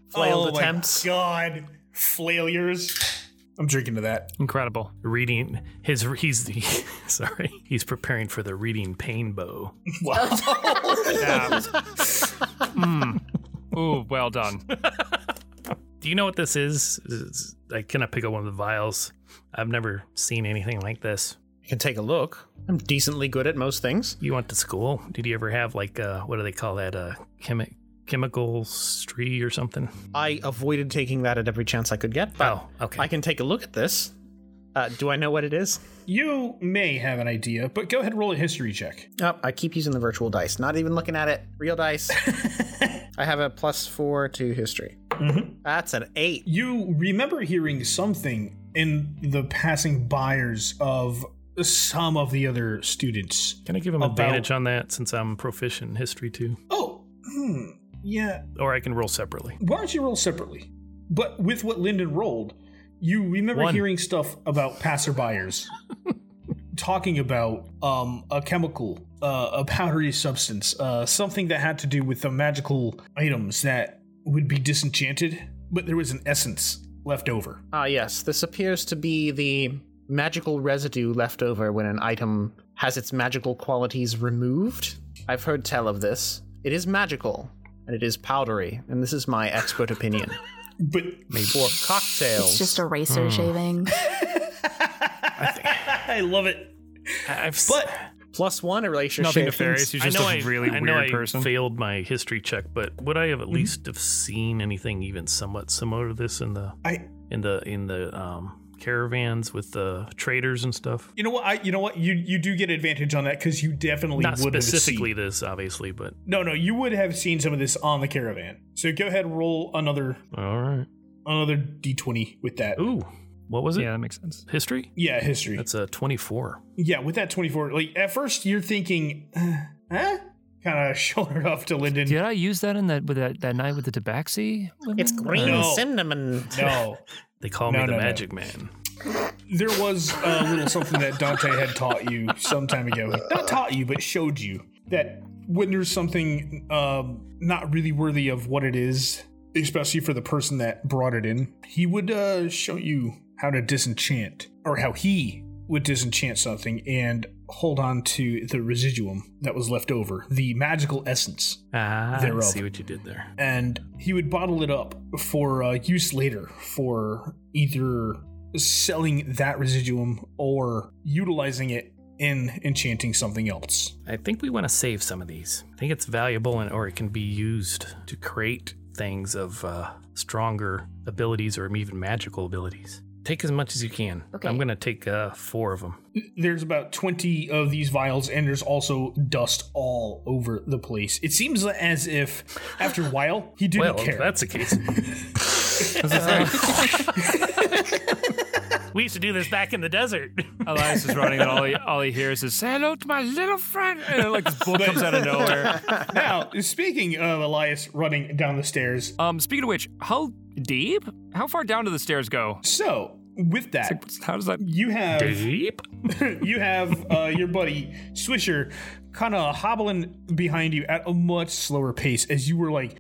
Flailed attempts.
Oh My God, failures. I'm drinking to that.
Incredible. Reading his he's *laughs* the sorry. He's preparing for the reading pain bow.
Wow.
Ooh, well done.
Do you know what this is? Is- I cannot pick up one of the vials. I've never seen anything like this.
You can take a look. I'm decently good at most things.
You went to school. Did you ever have like uh what do they call that? Uh chemi- chemical stree or something?
I avoided taking that at every chance I could get, but
Oh, okay.
I can take a look at this. Uh, do I know what it is?
you may have an idea, but go ahead and roll a history check.
Oh, I keep using the virtual dice. Not even looking at it. Real
*laughs*
dice. I have a plus four to history. That's an eight.
You remember hearing something in the passing buyers of some of the other students.
Can I give him
About-
advantage on that since I'm proficient in history too?
Oh, hmm. Yeah.
Or I can roll separately.
Why don't you roll separately? But with what Lyndon rolled, you remember
One.
hearing stuff about passerbyers
*laughs*
talking about um, a chemical, uh, a powdery substance, uh, something that had to do with the magical items that would be disenchanted, but there was an essence left over.
Ah, yes. This appears to be the magical residue left over when an item has its magical qualities removed. I've heard tell of this. It is magical, and it is powdery, and this is my expert *laughs* opinion.
*laughs*
But
For cocktails.
It's just
Hmm. *laughs*
eraser shavings.
I love it.
I've s-
But
Plus one erasure
Nothing
shavings.
nefarious. You're
I
just
know
a
I-
really
I know
weird
I
person.
failed my history check, but would I have at least have seen anything even somewhat similar to this in the
I,
in the in the um, caravans with the traders and stuff?
you know what? I, you know what? You you do get advantage on that because you definitely
Not
would have
specifically this, obviously, but
No, no, you would have seen some of this on the caravan. So go ahead, roll another
all right.
another d20 with that.
Ooh, what was it?
Yeah, that makes sense.
History.
Yeah, history.
That's a twenty-four.
yeah, with that 24. Like at first you're thinking, "Uh, *sighs* huh? *laughs* kind of shouldered off to Linden.
Did I use that in that with that, that night with the tabaxi? women?
It's green
No.
cinnamon.
No,
They call
No,
me the
no, no.
Magic Man.
there was a little something that Dante had taught you some time ago. Not taught you, but showed you that when there's something um, not really worthy of what it is, especially for the person that brought it in, he would uh, show you how to disenchant, or how he would disenchant something and hold on to the residuum that was left over, the magical essence
Ah, I
They're
see
up.
what you did there.
and he would bottle it up for uh, use later for either selling that residuum or utilizing it in enchanting something else.
I think we want to save some of these. I think it's valuable and or it can be used to create things of uh, stronger abilities or even magical abilities. Take as much as you can.
Okay.
I'm gonna take uh, four of them.
There's about 20 of these vials, and there's also dust all over the place. It seems as if, after a while, he didn't
Well,
care.
if that's
*laughs*
the case. we used to do this back in
*laughs*
the desert.
Elias is running, and all he, all he hears is "Say hello to my little friend," and then, like this book comes out
*laughs*
of nowhere.
*laughs* now, speaking of Elias running down the stairs,
Um, speaking of which, how deep? How far down do the stairs go?
so with that,
What's- How does that?
you have.
Deep.
you have uh, your buddy Swisher kind of hobbling behind you at a much slower pace as you were like,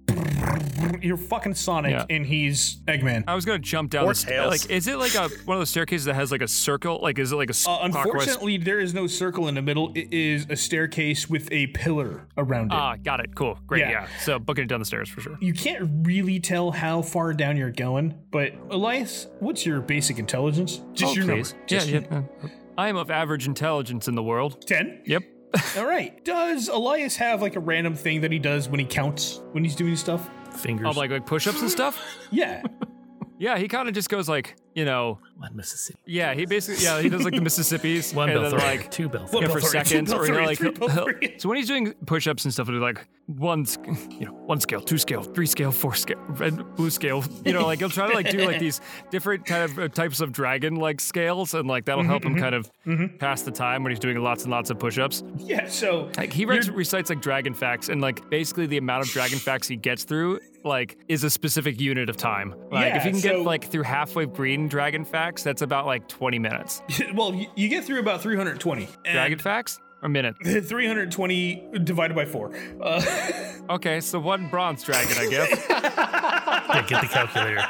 you're fucking Sonic
Yeah. Uh,
and he's Eggman. Uh,
I was gonna jump down.
Or
the sta-
tails.
like, is it like a one of those staircases that has like a circle? Like, is it like a s-
Uh,
clockwise?
unfortunately, there is no circle in the middle. It is a staircase with a pillar around it.
Ah, got it. Cool. Great.
Yeah.
Yeah. So booking it down the stairs for sure.
you can't really tell how far down you're going, but Elias, what's your basic intelligence? Just
Oh,
your
please.
number.
Yeah,
Just
yeah. uh, I am of average intelligence in the world.
Ten.
Yep. *laughs*
All right. Does Elias have like a random thing that he does when he counts when he's doing stuff?
Fingers.
Of like like push-ups and stuff.
Yeah.
Yeah, he kind of just goes like, you know,
one Mississippi.
yeah. He basically yeah he does like the Mississippi's
*laughs* One
and
bell
then
three.
like
two bell
One
three.
yeah, for
Both three, two,
seconds,
both
or you know,
three,
like
three, both
he'll-
three.
so when he's doing push-ups and stuff, it'll be like one, sc- you know, one scale, two scale, three scale, four scale, red, blue scale. You know, like he'll try to like do
*laughs*
like these different kind of uh, types of dragon-like scales, and like
Mm-hmm,
that'll help him kind of pass the time when he's doing lots and lots of push-ups.
Yeah.
*laughs*
So
Like he rec- recites like dragon facts, and like basically the amount of dragon facts he gets through like is a specific unit of time. Like
Yeah,
if you can
so-
get like through halfway green dragon facts, that's about like 20 minutes.
Well, you, you get through about 320.
Dragon facts? A *laughs* minute.
And *laughs* 320 divided by four. Uh, *laughs*
Okay, so one bronze dragon, I *laughs* guess.
Yeah, get
*laughs*
the calculator.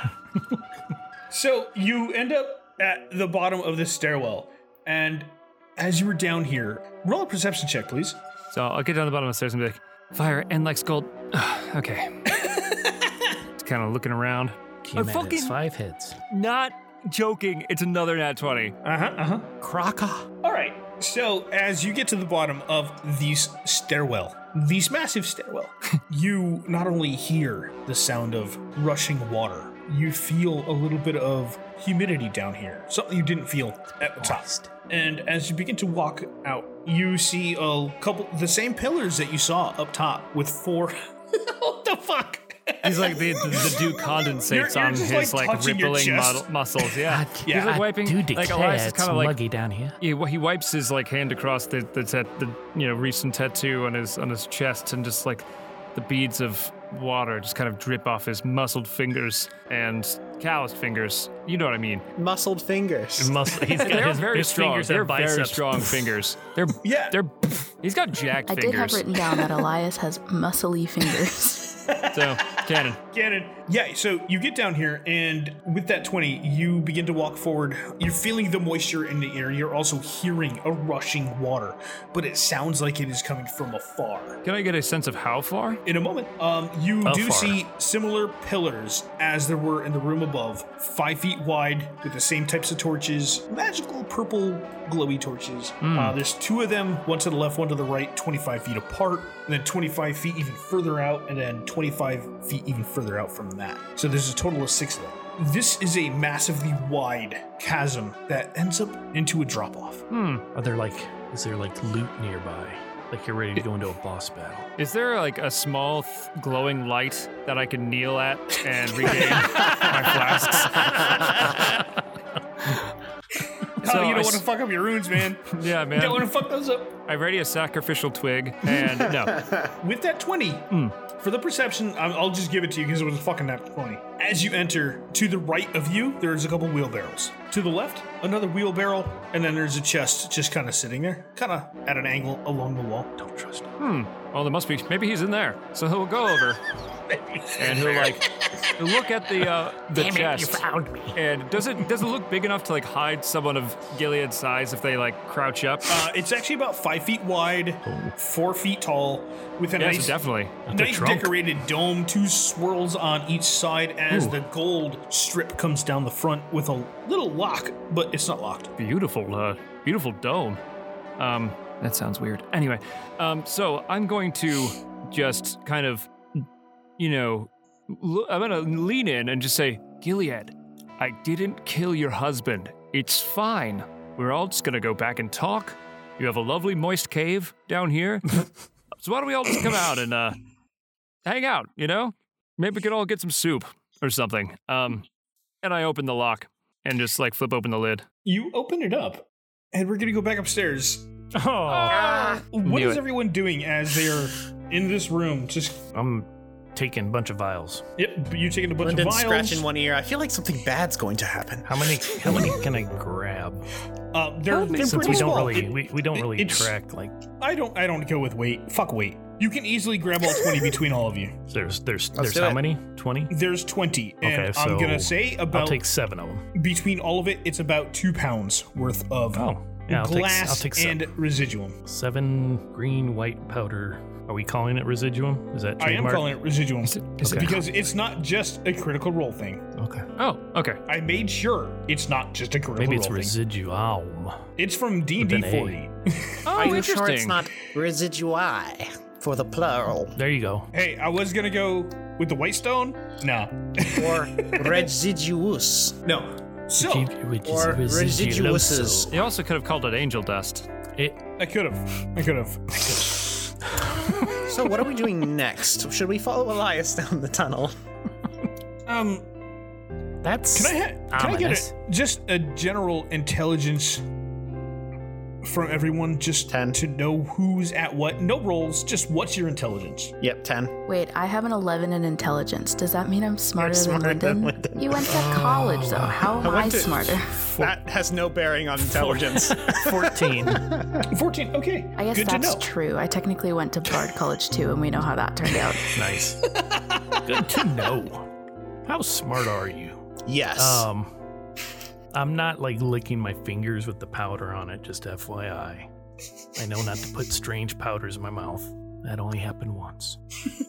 so you end up at the bottom of this stairwell. And as you were down here, roll a perception check, please.
so I'll get down the bottom of the stairs and be like, fire and Lex Gold. *sighs* *laughs* okay. Just kind of looking around.
Came at us
fucking-
five hits.
Not joking, it's another nat 20.
Uh huh. Uh huh.
Croca.
All right. So as you get to the bottom of these stairwell, these massive stairwell, you not only hear the sound of rushing water, you feel a little bit of humidity down here, something you didn't feel at the top. And as you begin to walk out, you see a couple the same pillars that you saw up top with four. *laughs* what the fuck?
He's like the, the, the *laughs* dew condensates
You're- you're
on
just,
his
like,
like,
touching your
rippling
chest.
model, muscles. Yeah.
Yeah.
He's
*laughs*
like
I
wiping like Elias is kind of like
down here.
he, he wipes his like hand across the the, tat, the you know recent tattoo on his on his chest and just like the beads of water just kind of drip off his muscled fingers and calloused fingers. You know what I mean?
Muscled fingers.
Muscle. He's
*laughs*
got
They're
his,
very
his
strong.
fingers
They're
have biceps.
very
*laughs*
strong fingers. They're
Yeah.
They're he's got jacked
I did have
fingers.
written down that Elias has muscly fingers. *laughs*
so cannon.
Cannon. Yeah, so you get down here, and with that 20, you begin to walk forward. You're feeling the moisture in the air. You're also hearing a rushing water, but it sounds like it is coming from afar.
Can I get a sense of how far?
In a moment, um, you do
Afar.
see similar pillars as there were in the room above, five feet wide, with the same types of torches, magical purple glowy torches.
Hmm.
Uh, there's two of them, one to the left, one to the right, 25 feet apart, and then 25 feet even further out, and then 25 feet even further out from that. So there's a total of six of them. This is a massively wide chasm that ends up into a drop off.
Hmm.
Are there like? Is there like loot nearby? Like you're ready to go into a boss battle?
Is there like a small th- glowing light that I can kneel at
*laughs*
and regain my flasks?
you
So I
don't want
s-
to fuck up your runes,
*laughs*
man.
Yeah, man.
don't want to fuck those up.
I've already a sacrificial twig, and no.
With that 20,
Hmm.
for the perception, I'm- I'll just give it to you because it was a fucking nat 20. As you enter, to the right of you, there's a couple wheelbarrows. To the left, another wheelbarrow, and then there's a chest just kind of sitting there, kind of at an angle along the wall.
Don't trust him.
Well, Oh, there must be. Maybe he's in there. So he'll go over, and he'll like he'll look at the uh, the
Damn it, you
chest.
found me.
And does it does it look big enough to like hide someone of Gilead's size if they like crouch up?
Uh, it's actually about five feet wide,
Oh.
four feet tall, with a
yeah,
nice,
so definitely.
the
nice
trunk.
decorated dome, two swirls on each side as the gold strip comes down the front with a little lock, but it's not locked.
Beautiful, uh, beautiful dome. Um, that sounds weird. Anyway, um, so I'm going to just kind of, you know, l- I'm gonna lean in and just say, Gilead, I didn't kill your husband. It's fine. We're all just gonna go back and talk. You have a lovely moist cave down here, so why don't we all just come out and uh, hang out? You know, maybe we could all get some soup or something. Um, and I open the lock and just like flip open the lid.
You open it up, and we're gonna go back upstairs.
Oh,
Ah,
What
Knew
is
it.
everyone doing as they are in this room? Just
I'm taking a bunch of vials.
yep, you taking a bunch
Lyndon's
of vials.
scratching one ear. I feel like something bad's going to happen.
How many? How many can I grab?
Uh, they're they're
Since
pretty
we don't
small.
really
It-
we, we don't
it-
really
it's-
track like
I don't I don't go with weight. Fuck weight. You can easily grab all twenty between all of you.
there's there's there's
do
how
it.
many? Twenty.
There's twenty, and
Okay,
I'm gonna
so
say
I'll
about
take seven of them.
between all of it, it's about two pounds worth of
Oh, yeah. I'll take,
glass
I'll take seven.
and residuum.
seven green white powder. Are we calling it residuum? Is that
I am
trademark?
calling it residuum
is it-
because it's not just a critical roll thing.
Okay.
oh, okay.
I made sure it's not just a critical roll
Maybe it's
thing.
residuum.
It's from D and D
an A.
forty.
Oh,
Are you
interesting.
sure it's not residui for the plural
There you go.
Hey, I was gonna go with the white stone. No,
or residuous?
no. So
Which is- which is
Or residuouses.
residuoso.
You also could have called it angel dust.
It,
I could have. I could have.
So what are we doing next? Should we follow Elias down the tunnel?
Um,
that's
can I ha- can I get
ominous.
a, just a general intelligence from everyone just
Ten.
to know who's at what? No rolls. Just what's your intelligence?
Yep, ten.
Wait, I have an 11 in intelligence. Does that mean I'm smarter,
smarter
than, Lyndon?
than Lyndon.
You went to college, though.
Oh.
How am I,
went to-
smarter?
That has no bearing on intelligence.
14.
*laughs* Fourteen. Okay.
I guess
Good
that's
to know.
true. I technically went to Bard College, too, and we know how that
*laughs*
turned out.
*laughs* nice. Good to know. How smart are you?
yes.
Um, I'm not like licking my fingers with the powder on it, just FYI. I know not to put strange powders in my mouth. That only happened once.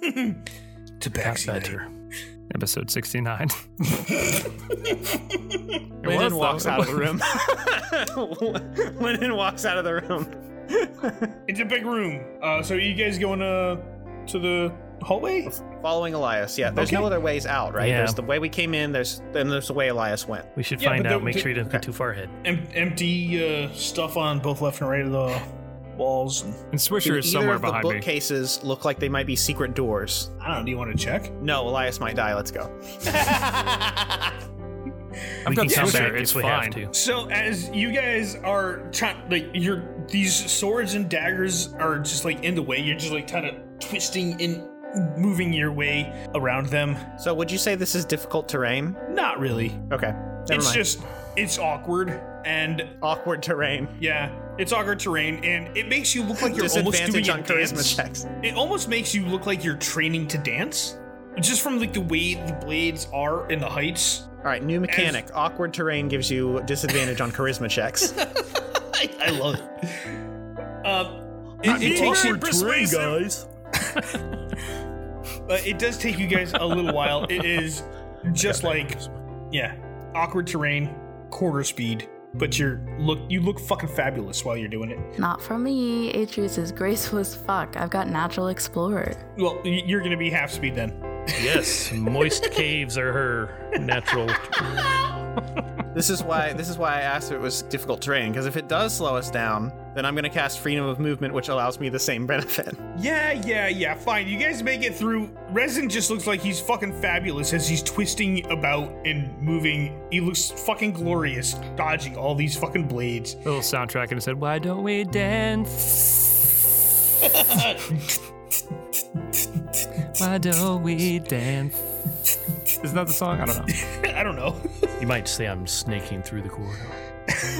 Got
Tabaxi.
better.
Episode 69.
Lyndon walks out of the room. Lyndon walks out of the room.
*laughs* It's a big room. Uh, so you guys going uh to the hallway?
Following Elias, yeah. There's
Okay.
no other ways out, right?
Yeah.
There's the way we came in, there's then there's the way Elias went.
We should
Yeah,
find
but
out.
don't-
Make sure you don't
okay.
get too far ahead.
Em- empty uh, stuff on both left and right of the walls. And,
*laughs* And
Do
Swisher is
either
somewhere
of the
behind me.
bookcases look like they might be secret doors?
I don't know. Do you want to check?
No, Elias might die.
*laughs*
Let's go.
we
got
can come
Swisher,
back
it's
if we
fine.
have to.
So as you guys are trying, like your these swords and daggers are just like in the way. You're just like kind of twisting and moving your way around them.
So, would you say this is difficult terrain?
Not really.
Okay, never
it's
mind.
just it's awkward and
awkward terrain.
yeah, it's awkward terrain, and it makes you look *laughs* like you're almost doing
Disadvantage
a
on charisma
dance.
checks.
It almost makes you look like you're training to dance, just from like the way the blades are and the heights.
All right, new mechanic. awkward terrain gives you disadvantage on
*laughs*
charisma checks.
I, I love it. *laughs* Uh, it, it takes you persuasive.
guys.
Uh, it does take you guys a little while. It is just like, yeah, awkward terrain, quarter speed, but you're look you look fucking fabulous while you're doing it.
Not for me. Atreus is graceful as fuck. I've got natural explorer.
Well, y- you're gonna be half speed then. *laughs*
Yes, moist caves are her natural.
This is why this is why I asked if it was difficult terrain because if it does slow us down, then I'm going to cast freedom of movement, which allows me the same benefit.
Yeah, yeah, yeah. Fine. You guys make it through. Resin just looks like he's fucking fabulous as he's twisting about and moving. He looks fucking glorious, dodging all these fucking blades. *laughs*
Little soundtrack, and it said, "Why don't we dance? Why don't we dance?" Isn't that the song? I don't know.
I don't know. *laughs*
You might say I'm snaking through the corridor.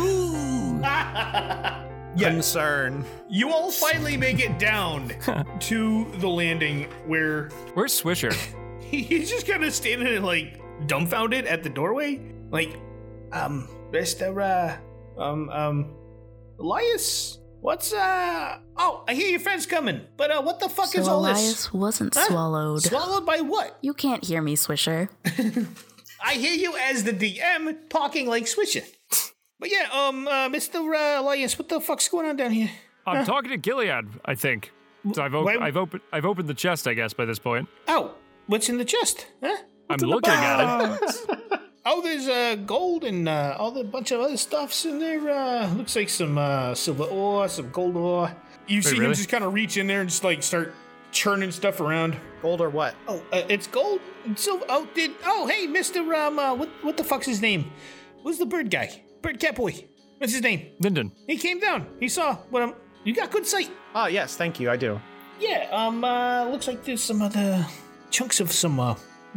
Yeah,
Concern.
you all finally make it down to the landing where
Where's Swisher?
*laughs* he's just kind of standing there, like dumbfounded at the doorway, like, um, Mister, uh, um, um, Elias, what's uh? Oh, I hear your friend's coming, but uh, what the fuck
So
is all
Elias
this?
wasn't
Huh?
swallowed.
Swallowed by what?
you can't hear
*laughs*
me, Swisher.
I hear you as the DM talking like
*laughs*
Swisher. But yeah, um, uh, Mister uh, Elias, what the fuck's going on down here?
I'm talking to Gilead, I think. So I've, op-
Why-
I've opened I've opened the chest, I guess, by this point.
Oh, what's in the chest? Huh?
I'm looking at it.
*laughs* Oh, there's uh, gold and uh, all the bunch of other stuffs in there. Uh, looks like some uh, silver ore, some gold ore. You see him
really?
just kind of reach in there and just like start churning stuff around.
Gold or what?
Oh, uh, it's gold and silver. Oh, did oh hey, Mister um, uh, what what the fuck's his name? Who's the bird guy? Bird cat boy. What's his name?
Linden.
He came down. He saw what I'm. You got good sight.
Ah, yes, thank you. I do.
Yeah. Um. Uh. Looks like there's some other chunks of some uh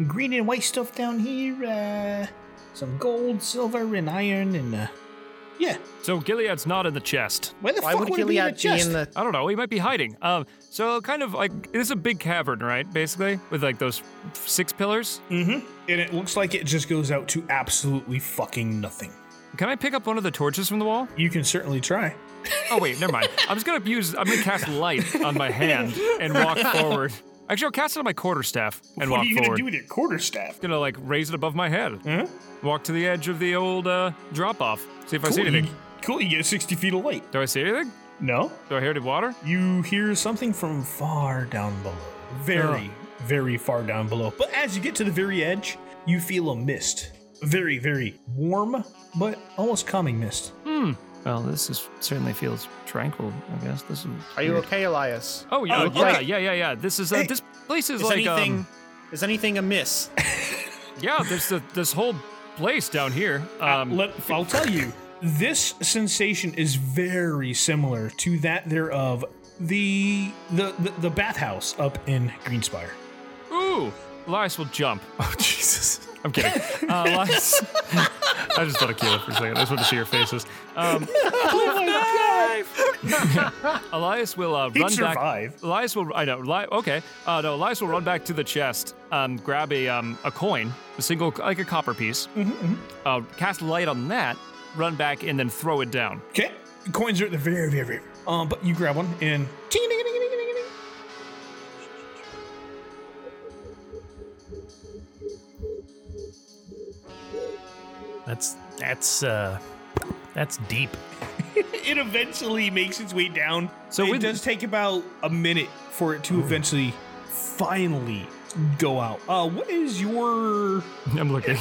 green and white stuff down here. Uh. Some gold, silver, and iron, and uh. Yeah.
So Gilead's not in the chest.
Where the
Why
fuck
would
would it be in the
Gilead be
chest?
in the?
I don't know. He might be hiding. Um, so kind of like this is a big cavern, right? Basically, with like those six pillars.
Mm-hmm. And it looks like it just goes out to absolutely fucking nothing.
Can I pick up one of the torches from the wall?
You can certainly try.
Oh wait, never mind. I'm just gonna use. I'm gonna cast light on my hand and walk forward. Actually, I'll cast it on my quarterstaff and
what are
walk
you
forward. Hmm?
gonna do with your quarterstaff?
gonna like raise it above my head. Walk to the edge of the old uh, drop off. See if I see
Cool,
anything.
you- cool. You get sixty feet of light.
Do I see anything?
No.
Do I hear any water?
You hear something from far down below. Very, very far down below. But as you get to the very edge, you feel a mist. Very, very warm, but almost calming mist.
Well, this is certainly feels tranquil. I guess this is.
Are you okay, Elias?
Oh yeah,
Oh,
yeah,
right.
yeah, yeah, yeah. This is uh,
Hey,
this place is,
Is
like
anything?
um,
Is anything amiss?
yeah. There's the, this whole place down here. Um,
Let, I'll tell you, this sensation is very similar to that thereof the the the, the bathhouse up in Greenspire.
ooh, Elias will jump.
Oh Jesus!
I'm kidding. Uh, Elias, I just want to kill it for a second. I just want to see your faces. Um, *laughs* Elias will uh,
He'd
run
survive.
back. Elias will. I know. Eli, okay. Uh, no, Elias will run back to the chest. Um, grab a um, a coin, a single like a copper piece. Uh, cast light on that. Run back and then throw it down.
Okay, coins are at the very, very, very. Um, but you grab one and. ting-a-ding-a-ding-a-ding-a-ding.
That's that's uh, that's deep.
it eventually makes its way down.
So
So it
with-
does take about a minute for it to eventually finally go out. Uh, what is your
I'm looking.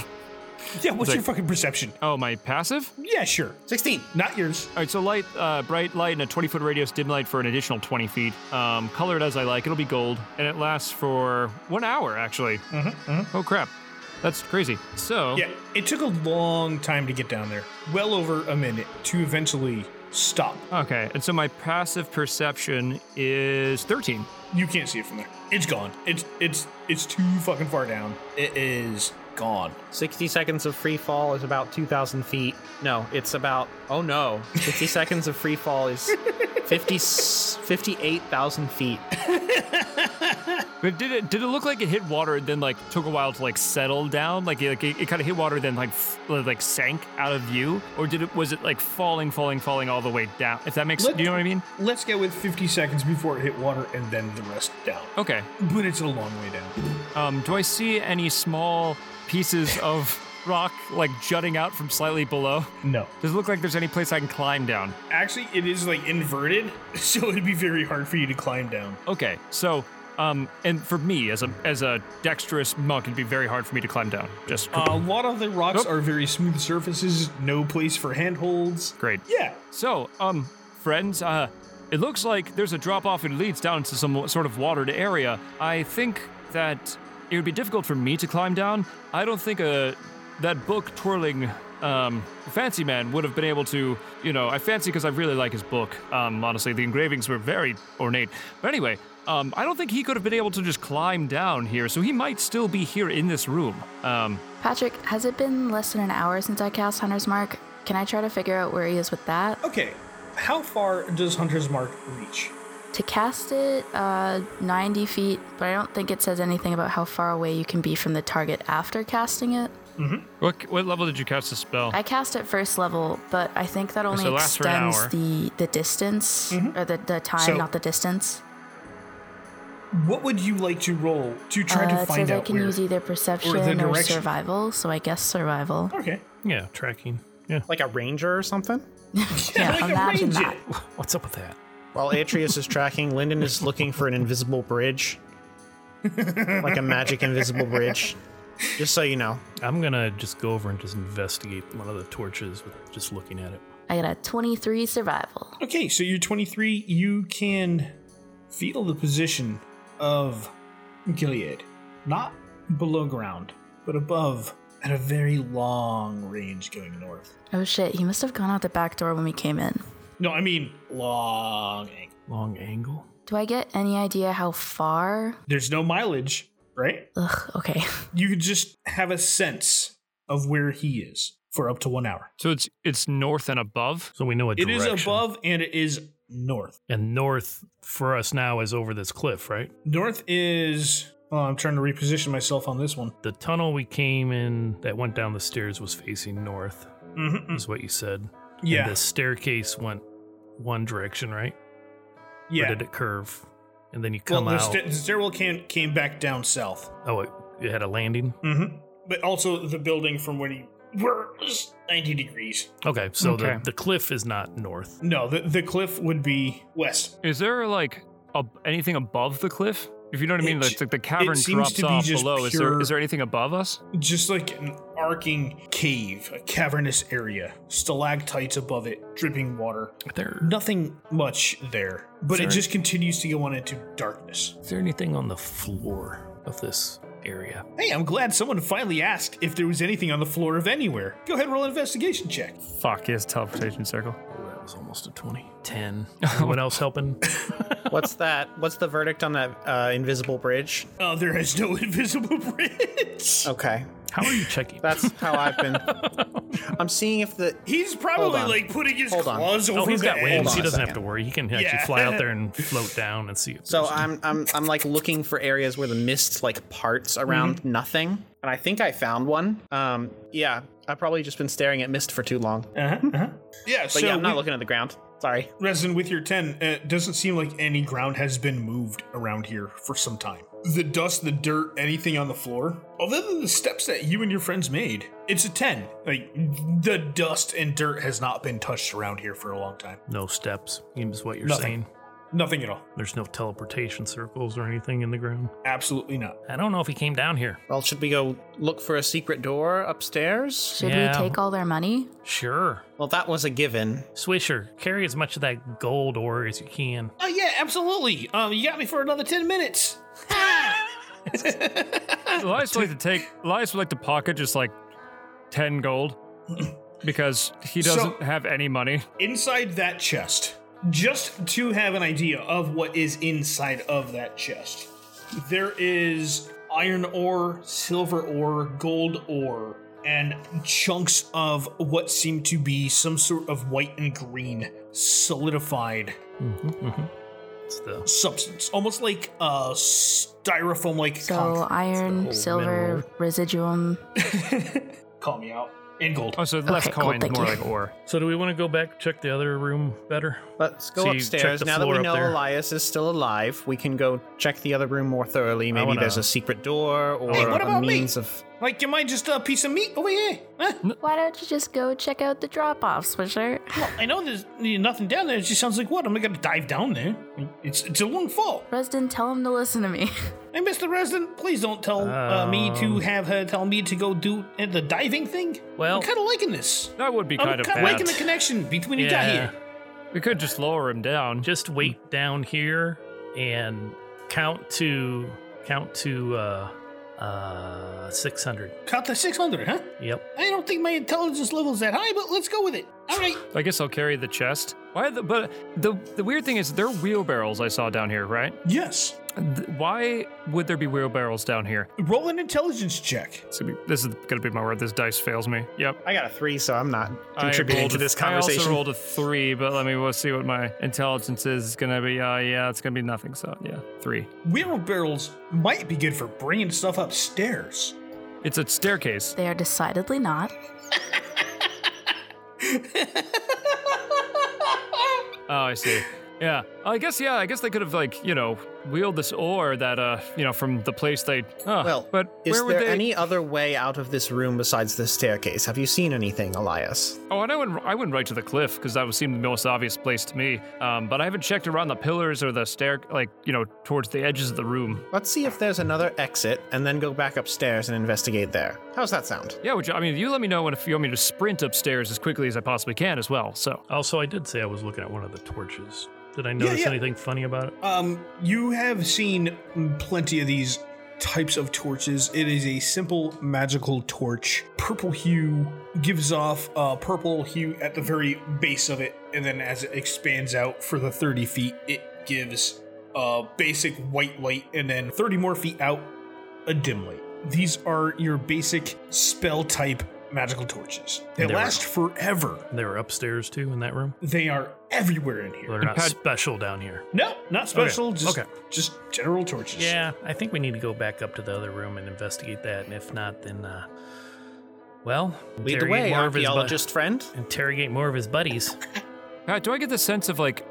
yeah? What's
It's
your fucking perception?
Oh, my passive?
Yeah, sure.
Sixteen.
Not yours.
All right, so light, uh, bright light, and a 20 foot radius dim light for an additional 20 feet. Um, colored as I like, it'll be gold, and it lasts for one hour, actually. Oh, crap. That's crazy. So,
Yeah, it took a long time to get down there. Well over a minute to eventually stop.
okay, and so my passive perception is 13.
You can't see it from there. It's gone. It's it's it's too fucking far down. It is gone.
60 seconds of free fall is about 2,000 feet. No, it's about, oh no, 60 *laughs* seconds of free fall is 50, 58,000 feet.
But did it did it look like it hit water and then like took a while to like settle down? Like it, like, it, kind of hit water then like f- like sank out of view, or did it was it like falling, falling, falling all the way down? If that makes,
Let-
do you know what I mean?
Let's get with 50 seconds before it hit water and then the rest down.
Okay,
But it's a long way down.
Um, do I see any small pieces of rock like jutting out from slightly below?
No.
Does it look like there's any place I can climb down?
*laughs* Actually, it is like inverted, so it'd be very hard for you to climb down.
Okay, so Um, and for me, as a as a dexterous monk, it'd be very hard for me to climb down. Just
A lot of the rocks
Nope.
are very smooth surfaces, no place for handholds.
great.
Yeah.
So, um, friends, uh, it looks like there's a drop off and leads down to some sort of watered area. I think that it would be difficult for me to climb down. I don't think uh that book twirling um, fancy man would have been able to, you know, I fancy because I really like his book. Um, honestly, the engravings were very ornate. But anyway, um, I don't think he could have been able to just climb down here, so he might still be here in this room. Um,
Patrick, has it been less than an hour since I cast Hunter's Mark? Can I try to figure out where he is with that?
Okay. How far does Hunter's Mark reach?
To cast it, uh, 90 feet, but I don't think it says anything about how far away you can be from the target after casting it.
what, what level did you cast the spell?
I cast at first level, but I think that only
So it lasts for an
extends
hour.
the, the distance, or the, the time,
Mm-hmm. So-
not the distance.
What would you like to roll to try
uh,
to
it
find
says
out
I can
where?
use either perception or,
direction.
survival, so I guess survival.
okay.
Yeah, tracking. Yeah.
Like a ranger or something?
Yeah,
like
imagine
arrange
that.
it.
What's up with that?
While Atreus is tracking, Linden is looking for an invisible bridge. like a magic invisible bridge. Just so you know.
I'm gonna just go over and just investigate one of the torches with just looking at it.
I got a 23 survival.
Okay, so you're 23. You can feel the position of Gilead. Not below ground, but above at a very long range going north.
Oh shit, he must have gone out the back door when we came in.
No, I mean long. angle.
Long angle.
Do I get any idea how far?
There's no mileage, right?
Ugh, okay. *laughs*
You could just have a sense of where he is for up to one hour.
so it's it's north and above.
So we know a
It is
direction.
above and it is north.
And north for us now is over this cliff, right?
North is. Oh, I'm trying to reposition myself on this one.
The tunnel we came in that went down the stairs was facing north,
Mm-hmm.
is what you said.
Yeah,
And the staircase went one direction, right?
yeah.
Or did it curve? And then you
Well,
come
the,
out.
sta- the stairwell came came back down south.
oh, it, it had a landing?
Mm-hmm. But also the building from where you were was 90 degrees.
Okay, so
Okay.
The, the cliff is not north.
No, the, the cliff would be west.
Is there like a, anything above the cliff? If you know what I mean,
It
like,
j-
like the cavern
seems to
drops
be
off
just
below. Is there
pure-
is there anything above us?
Just like an arcing cave, a cavernous area, stalactites above it, dripping water.
There,
Nothing much there, but it
Sorry.
just continues to go on into darkness.
is there anything on the floor of this area?
Hey, I'm glad someone finally asked if there was anything on the floor of anywhere. Go ahead, roll an investigation check.
Fuck, he has teleportation circle.
Oh, that was almost a 20. 10. Anyone else helping?
What's that? What's the verdict on that uh, invisible bridge?
Oh, there is no *laughs* invisible bridge.
Okay.
How are you checking?
That's how I've *laughs* been. I'm seeing if the
He's
Hold
probably
on.
like putting his
Hold on.
claws over
Oh, he's
the
got
edge.
wings.
on
He
a
doesn't have to
second.
worry. He can actually
Yeah.
*laughs*
fly out there and float down and see. If
So
there's-
I'm I'm I'm like looking for areas where the mist like parts around nothing, and I think I found one. Um, yeah, I've probably just been staring at mist for too long. But
Uh-huh, uh-huh. Yeah, so
yeah, I'm not
we-
looking at the ground. Sorry.
Resin, with your 10, uh, it doesn't seem like any ground has been moved around here for some time. The dust, the dirt, anything on the floor, other than the steps that you and your friends made, it's a 10. Like, the dust and dirt has not been touched around here for a long time.
no steps, is what you're
Nothing.
saying.
Nothing at all.
There's no teleportation circles or anything in the ground.
Absolutely not.
I don't know if he came down here.
Well, should we go look for a secret door upstairs?
Should
Yeah.
we take all their money?
Sure.
Well, that was a given.
Swisher, carry as much of that gold ore as you can.
Oh, yeah, absolutely. Um, You got me for another 10 minutes.
*laughs* Elias would like to take Elias would like to pocket just like ten
*laughs*
gold because he
So-
doesn't have
*laughs*
any money.
Inside that chest, just to have an idea of what is inside of that chest, there is iron ore, silver ore, gold ore, and chunks of what seem to be some sort of white and green solidified
Mm-hmm, It's the
substance, almost like a styrofoam like
So
concrete.
iron,
old
silver,
mineral.
*laughs*
residuum.
Call me out. And gold.
Oh, so less
Okay, cool,
coins,
thank
more
you.
like ore.
So do we want to go back check the other room better?
Let's go
So you check
upstairs.
the
Now that we
floor up
know
there.
Elias is still alive, we can go check the other room more thoroughly. Maybe
wanna-
there's a secret door or
Hey, what
a
about me?
means of.
Like, am I just a piece of meat over here? Huh?
Why don't you just go check out the drop off, Swisher?
Well, I know there's nothing down there. It just sounds like what? Am I gonna dive down there? It's it's a long fall.
Resden, tell him to listen to me. *laughs*
Hey, Mr. Resident, please don't tell uh, me to
Um.
have her tell me to go do uh, the diving thing.
Well-
I'm kind of liking this.
That would be
I'm
kind
kind of
of
liking the
bad.
connection between you got
Yeah.
here.
We could just lower him down.
Just wait down here and count to count to uh uh 600.
Caught the 600, huh?
Yep.
I don't think my intelligence level's that high, but let's go with it. All right.
I guess I'll carry the chest. Why? The, but the the weird thing is, there are wheelbarrows I saw down here, right?
Yes.
Th- Why would there be wheelbarrows down here?
Roll an intelligence check.
It's gonna be- This is gonna be my word. This dice fails me. Yep.
I got a three, so I'm not
I
contributing
rolled
to
a-
this
I also
conversation.
rolled a three, but let me we'll see what my intelligence is. It's gonna be uh yeah, it's gonna be nothing. So yeah, three.
Wheelbarrows might be good for bringing stuff upstairs.
It's a staircase.
they are decidedly not.
Oh, I
*laughs*
see. Yeah. I guess yeah. I guess they could have like you know wheeled this ore that uh you know from the place they. Uh,
Well,
but
Is
where would
there
they?
any other way out of this room besides the staircase? Have you seen anything, Elias?
Oh, and I went I went right to the cliff because that would seem the most obvious place to me. Um, but I haven't checked around the pillars or the stair like you know towards the edges of the room.
Let's see if there's another exit and then go back upstairs and investigate there. How's that sound?
Yeah. Which I mean, you let me know when if you want me to sprint upstairs as quickly as I possibly can as well. So.
Also, I did say I was looking at one of the torches. Did I notice
yeah.
anything funny about it?
Um, you have seen plenty of these types of torches. It is a simple magical torch. Purple hue gives off a purple hue at the very base of it, and then as it expands out for the 30 feet, it gives a basic white light, and then 30 more feet out, a dim light. These are your basic spell type magical torches. They
There we
last forever.
They were upstairs too in that room.
They are everywhere in
They're
here.
not
Pad-
special down here.
No, not special. Just
okay.
just general torches.
Yeah, I think we need to go back up to the other room and investigate that. And if not, then uh, well,
Lead the
interrogate
way,
more of his bu-
archaeologist friend.
interrogate more of his buddies.
Pat, Uh, do I get the sense of like,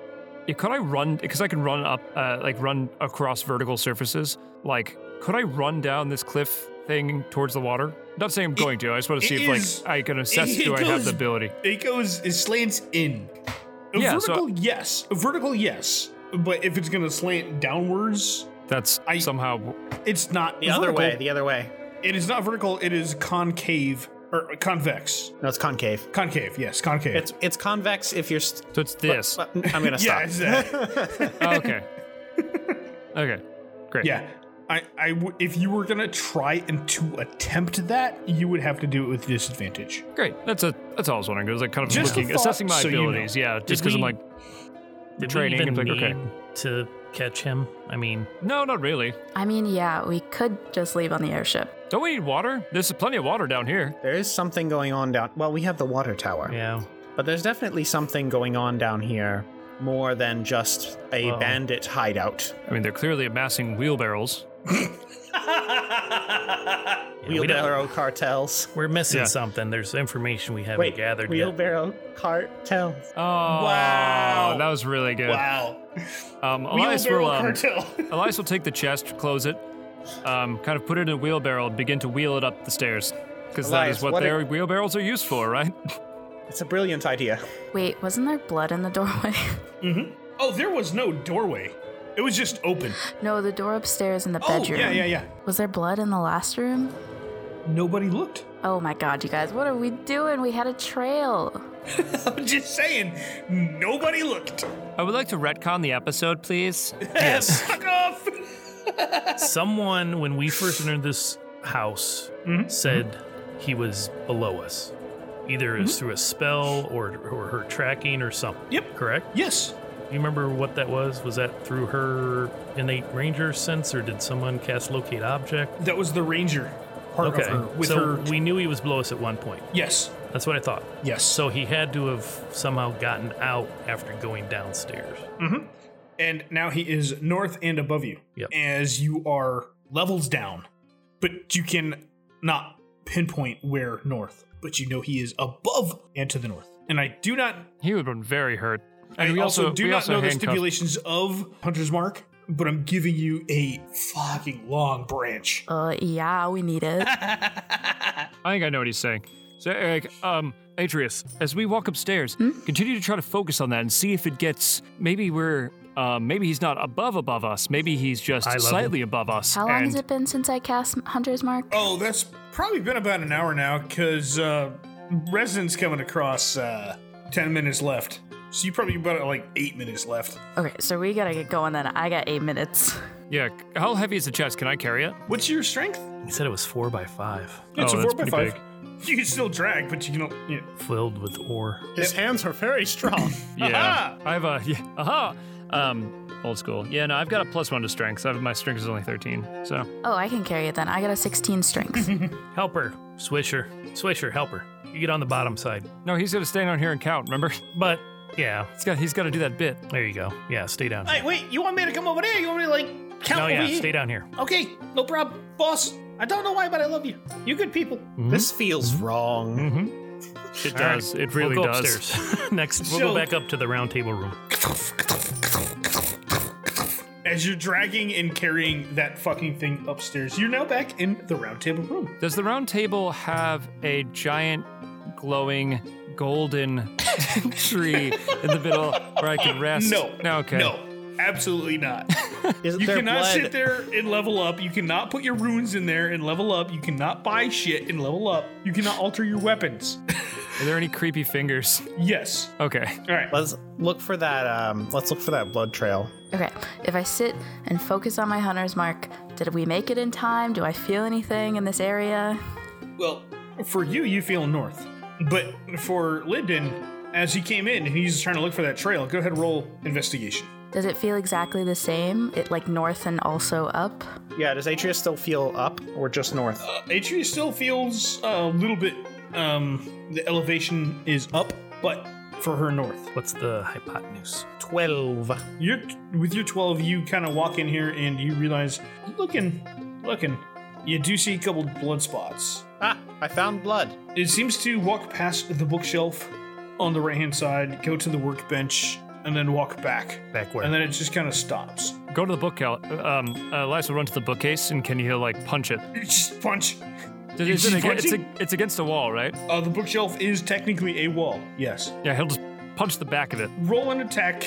yeah, could I run? Because I can run up, uh, like run across vertical surfaces. Like, could I run down this cliff thing towards the water? Not saying I'm going to. I just want to
it
see if
is-
like I can assess.
it
Do I have
goes-
the ability?
It goes it slants in. A
Yeah, so-
vertical, yes. A vertical, yes. But if it's gonna slant downwards,
That's
I-
somehow.
it's not
The other
vertical.
way, the other way.
It is not vertical. It is concave or convex.
No, it's concave.
Concave, yes, concave.
It's it's convex if you're. St-
So it's
*laughs*
this.
but- I'm gonna
yeah,
stop.
it's uh, *laughs* that.
Oh, okay. okay. Great.
yeah. I, I w- if you were gonna try and to attempt that, you would have to do it with disadvantage.
Great. That's a. That's all I was wondering. It was like kind of
Just a
looking,
thought,
assessing my
so you know.
abilities. Yeah. Just
Did
because I'm
we-
like,
Did we
Training,
even
it's like, okay.
need to catch him? I mean,
no, not really.
I mean, yeah, we could just leave on the airship.
Don't we need water? There's plenty of water down here.
There is something going on down. Well, we have the water tower,
yeah,
but there's definitely something going on down here more than just a
Well-
bandit *laughs* hideout.
I mean, they're clearly amassing wheelbarrows.
yeah, we don't,
Wheelbarrow cartels.
we're missing
Yeah.
something. There's information we haven't
Wait,
gathered yet.
wheelbarrow cartels.
Oh, wow. that was really good.
Wow.
Um, Elias will
Wheelbarrow *laughs*
um,
cartel.
Elias will take the chest, close it, um, kind of put it in a wheelbarrow, and begin to wheel it up the stairs, because that
Elias,
is what,
what
their
are-
wheelbarrows are used for, right?
It's a brilliant idea.
Wait, wasn't there blood in the *laughs* doorway?
*laughs* Oh, there was no doorway. It was just open.
no, the door upstairs in the
Oh,
bedroom.
yeah, yeah, yeah.
Was there blood in the last room?
Nobody looked.
Oh my god, you guys, what are we doing? We had a trail.
*laughs* I'm just saying, nobody looked.
I would like to retcon the episode, please.
Yes. *laughs* Fuck off.
Someone, when we first entered this house,
Mm-hmm.
said he was below us. Either it was through a spell or, or her tracking or something.
Mm-hmm. Yep.
Correct?
Yes.
You remember what that was? Was that through her innate ranger sense or did someone cast locate object?
That was the ranger part
okay.
of her. With her.
so we knew he was below us at one point.
yes.
That's what I thought.
Yes.
So he had to have somehow gotten out after going downstairs.
and now he is north and above you.
Yep.
As you are levels down, but you can not pinpoint where north. But you know he is above and to the north. And I do not
He would have been very hurt.
I
we
also, do
we
not
also
know the
handcuffed-
stipulations of Hunter's Mark, but I'm giving you a fucking long branch.
Uh, yeah, we
*laughs*
need it.
I think I know what he's saying. So, Eric, um, Atreus, as we walk upstairs,
Hmm?
continue to try to focus on that and see if it gets. Maybe we're. Uh, maybe he's not above above us. Maybe he's just
Eye level.
slightly above us.
How long
and
has it been since I cast Hunter's Mark?
Oh, that's probably been about an hour now, because uh, residents coming across uh, 10 minutes left. So you probably about like eight minutes left.
Okay, so we gotta get going then. I got eight minutes. *laughs*
Yeah. How heavy is the chest? Can I carry it?
What's your strength?
He said it was four by five,
It's
Oh,
a
that's
four by
pretty
five. You can still drag, but you can. o- Yeah.
filled with ore.
His hands are very
*laughs*
strong.
Yeah. I have a. *laughs* Yeah. Aha. Um, old school. Yeah. No, I've got a plus one to strength. So I've, my strength is only thirteen. So.
Oh, I can carry it then. I got a 16 strength.
Helper, Swisher, Swisher, helper. You get on the bottom side.
No, he's gonna stay down here and count. Remember, *laughs*
But yeah,
he's got he's got to do that bit.
there you go. Yeah, stay down.
Hey, wait, you want me to come over there? You want me to like count
no,
over
yeah,
here?
stay down here.
Okay, no problem, boss. I don't know why, but I love you. You good people.
This feels wrong.
Mm-hmm.
It does. It really
we'll go
*laughs*
does.
upstairs. Next, we'll
So-
go back up to the round table room.
As you're dragging and carrying that fucking thing upstairs, you're now back in the round table room.
Does the round table have a giant glowing golden *laughs* tree in the middle where
*laughs*
I can rest?
No.
No, okay.
No, absolutely not.
Isn't
You
there
cannot
blood?
sit there and level up. You cannot put your runes in there and level up. You cannot buy shit and level up. You cannot alter your weapons.
Are there any creepy fingers? *laughs*
yes.
Okay.
All right.
Let's look for that. Um, let's look for that blood trail.
okay, if I sit and focus on my Hunter's Mark, did we make it in time? Do I feel anything in this area?
Well, for you, you feel north. But for Linden, as he came in, he's trying to look for that trail. Go ahead, roll investigation.
Does it feel exactly the same? It like north and also up?
Yeah, does Atreus still feel up or just north?
Uh, Atreus still feels a little bit. Um, the elevation is up, but for her north.
What's the hypotenuse?
Twelve.
You're with your twelve. You kind of walk in here and you realize, looking, looking, you do see a couple blood spots.
Ah, I found blood.
It seems to walk past the bookshelf on the right hand side, go to the workbench, and then walk back.
Back where?
And then it just kind of stops.
Go to the book. Um, uh, Elias will run to the bookcase and can you like punch it?
You just punch.
Is it
she
ag- it's,
punching?
ag- it's against the wall, right?
Uh, the bookshelf is technically a wall. Yes.
Yeah, he'll just punch the back of it.
Roll an attack.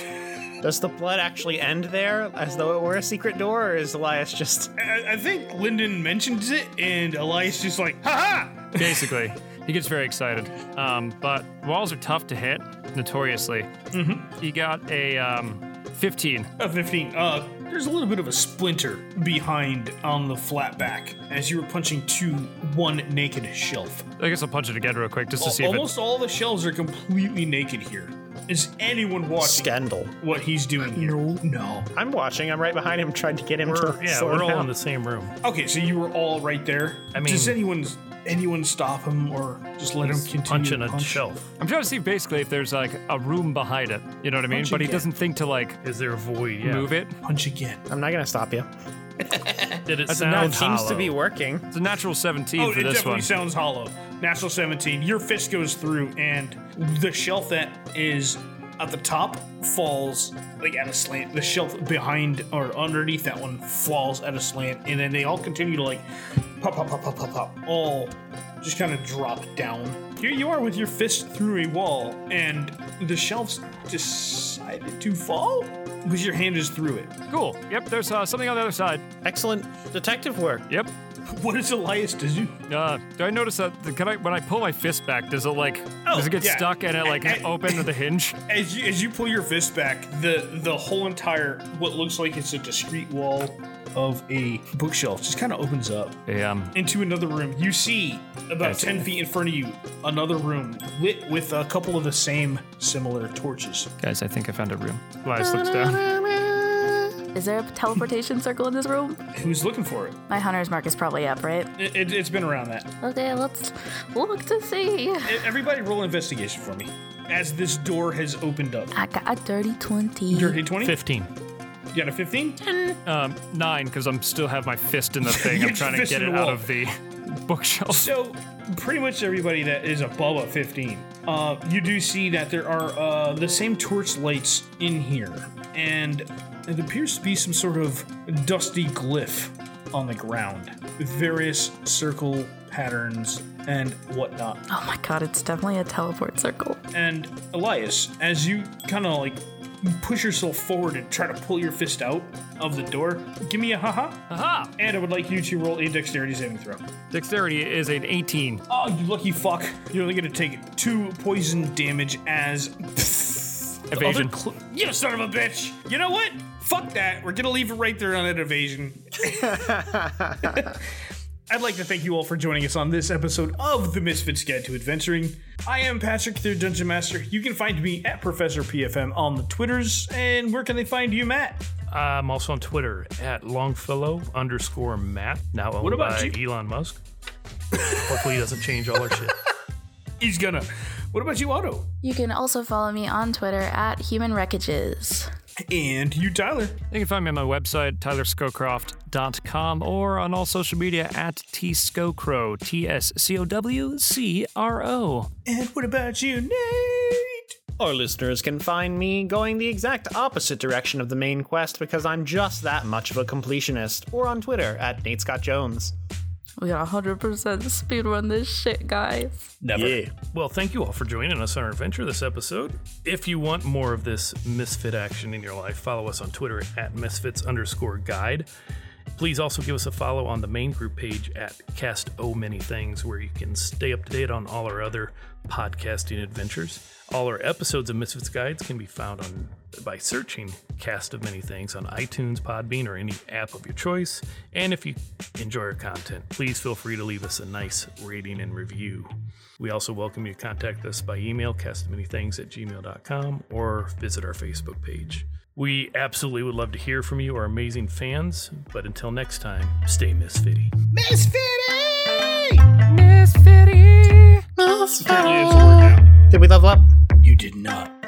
Does the blood actually end there, as though it were a secret door, or is Elias just?
I, I think Lyndon mentions it, and Elias just like, ha ha! *laughs*
Basically, he gets very excited. Um, but walls are tough to hit, notoriously. Mm-hmm. He got a um, 15.
A 15. Uh, there's a little bit of a splinter behind on the flat back as you were punching to one naked shelf.
I guess I'll punch it again real quick just to see if it
Almost all the shelves are completely naked here. Is anyone watching
Scandal.
what he's doing here? No. No.
I'm watching. I'm right behind him, trying to get him
We're,
to.
yeah,
*laughs*
slow
we're all
down.
in the same room.
Okay, so you were all right there.
I mean-
does anyone anyone stop him or just let him continue?
Punching
to
a
punch?
shelf.
I'm trying to see basically if there's like a room behind it. You know what I mean?
Punch
But he
again.
doesn't think to like
Is there a void? Yeah.
move it.
Punch again.
I'm not gonna stop you.
Did it
That's a
sound
nat-
hollow?
Seems to be working.
It's a natural 17
Oh,
for
it
this
definitely
one.
sounds hollow. National 17. Your fist goes through, and the shelf that is at the top falls like at a slant. The shelf behind or underneath that one falls at a slant, and then they all continue to like pop, pop, pop, pop, pop, pop, all just kind of drop down. Here you are with your fist through a wall, and the shelf's decided to fall because your hand is through it. *laughs*
cool. Yep, there's uh, something on the other side.
Excellent detective work.
Yep.
What does Elias do?
Uh, do I notice that? Can I when I pull my fist back? Does it like? does it get
Oh, yeah.
stuck and it like
I- I-
open with
*laughs*
the hinge?
As you, as you pull your fist back, the the whole entire what looks like it's a discrete wall of a bookshelf just kind of opens up
Yeah. Um,
into another room. You see about
That's-
ten feet in front of you another room lit with a couple of the same similar torches.
guys, I think I found a room. Elias
*laughs*
looks down.
Is there a teleportation circle in this room?
Who's looking for it?
My Hunter's Mark is probably up, right?
it, it has been around that.
Okay, let's look to see.
E- Everybody, roll investigation for me. As this door has opened up,
I got a dirty 20.
dirty twenty.
Fifteen.
You got a fifteen.
Um, nine because I'm still have my
*laughs*
fist in the thing.
*laughs*
I'm
Your
trying to
fist
get
in
it
the
out
wall.
of the *laughs* bookshelf.
So, pretty much everybody that is above a 15, uh, you do see that there are uh, the same torch lights in here. and it appears to be some sort of dusty glyph on the ground with various circle patterns and whatnot.
Oh my god, it's definitely a teleport circle.
And Elias, as you kind of like push yourself forward and try to pull your fist out of the door, give me a haha.
Aha!
And I would like you to roll a dexterity saving throw.
Dexterity is an 18.
Oh, you lucky fuck. You're only going to take two poison damage as. the other
Evasion.
cl- you son of a bitch! You know what? Fuck that. We're going to leave it right there on that evasion. I'd like to thank you all for joining us on this episode of The Misfits Guide to Adventuring. I am Patrick, their Dungeon Master. You can find me at Professor PFM on the Twitters. And where can they find you, Matt?
I'm also on Twitter at Longfellow underscore Matt. Now owned
What about
by
you?
Elon Musk. Hopefully he doesn't change all our shit.
He's gonna. What about you, Otto?
You can also follow me on Twitter at Human Wreckages.
And you, Tyler.
You can find me on my website, tylerscowcroft.com, or on all social media at tscowcrow, T S C O W C R O.
And what about you, Nate?
Our listeners can find me going the exact opposite direction of the main quest because I'm just that much of a completionist, or on Twitter at Nate Scott Jones.
We got 100% speedrun this shit, guys.
Never.
Yeah.
Well, thank you all for joining us on our adventure this episode. If you want more of this misfit action in your life, follow us on Twitter at misfits underscore guide. Please also give us a follow on the main group page at Cast O Many Things, where you can stay up to date on all our other podcasting adventures. All our episodes of Misfits Guides can be found on by searching Cast of Many Things on iTunes, Podbean, or any app of your choice. And if you enjoy our content, please feel free to leave us a nice rating and review. We also welcome you to contact us by email, castofmanythings at gmail.com, or visit our Facebook page. We absolutely would love to hear from you, our amazing fans. But until next time, stay misfitty.
Did we level up?
You did not.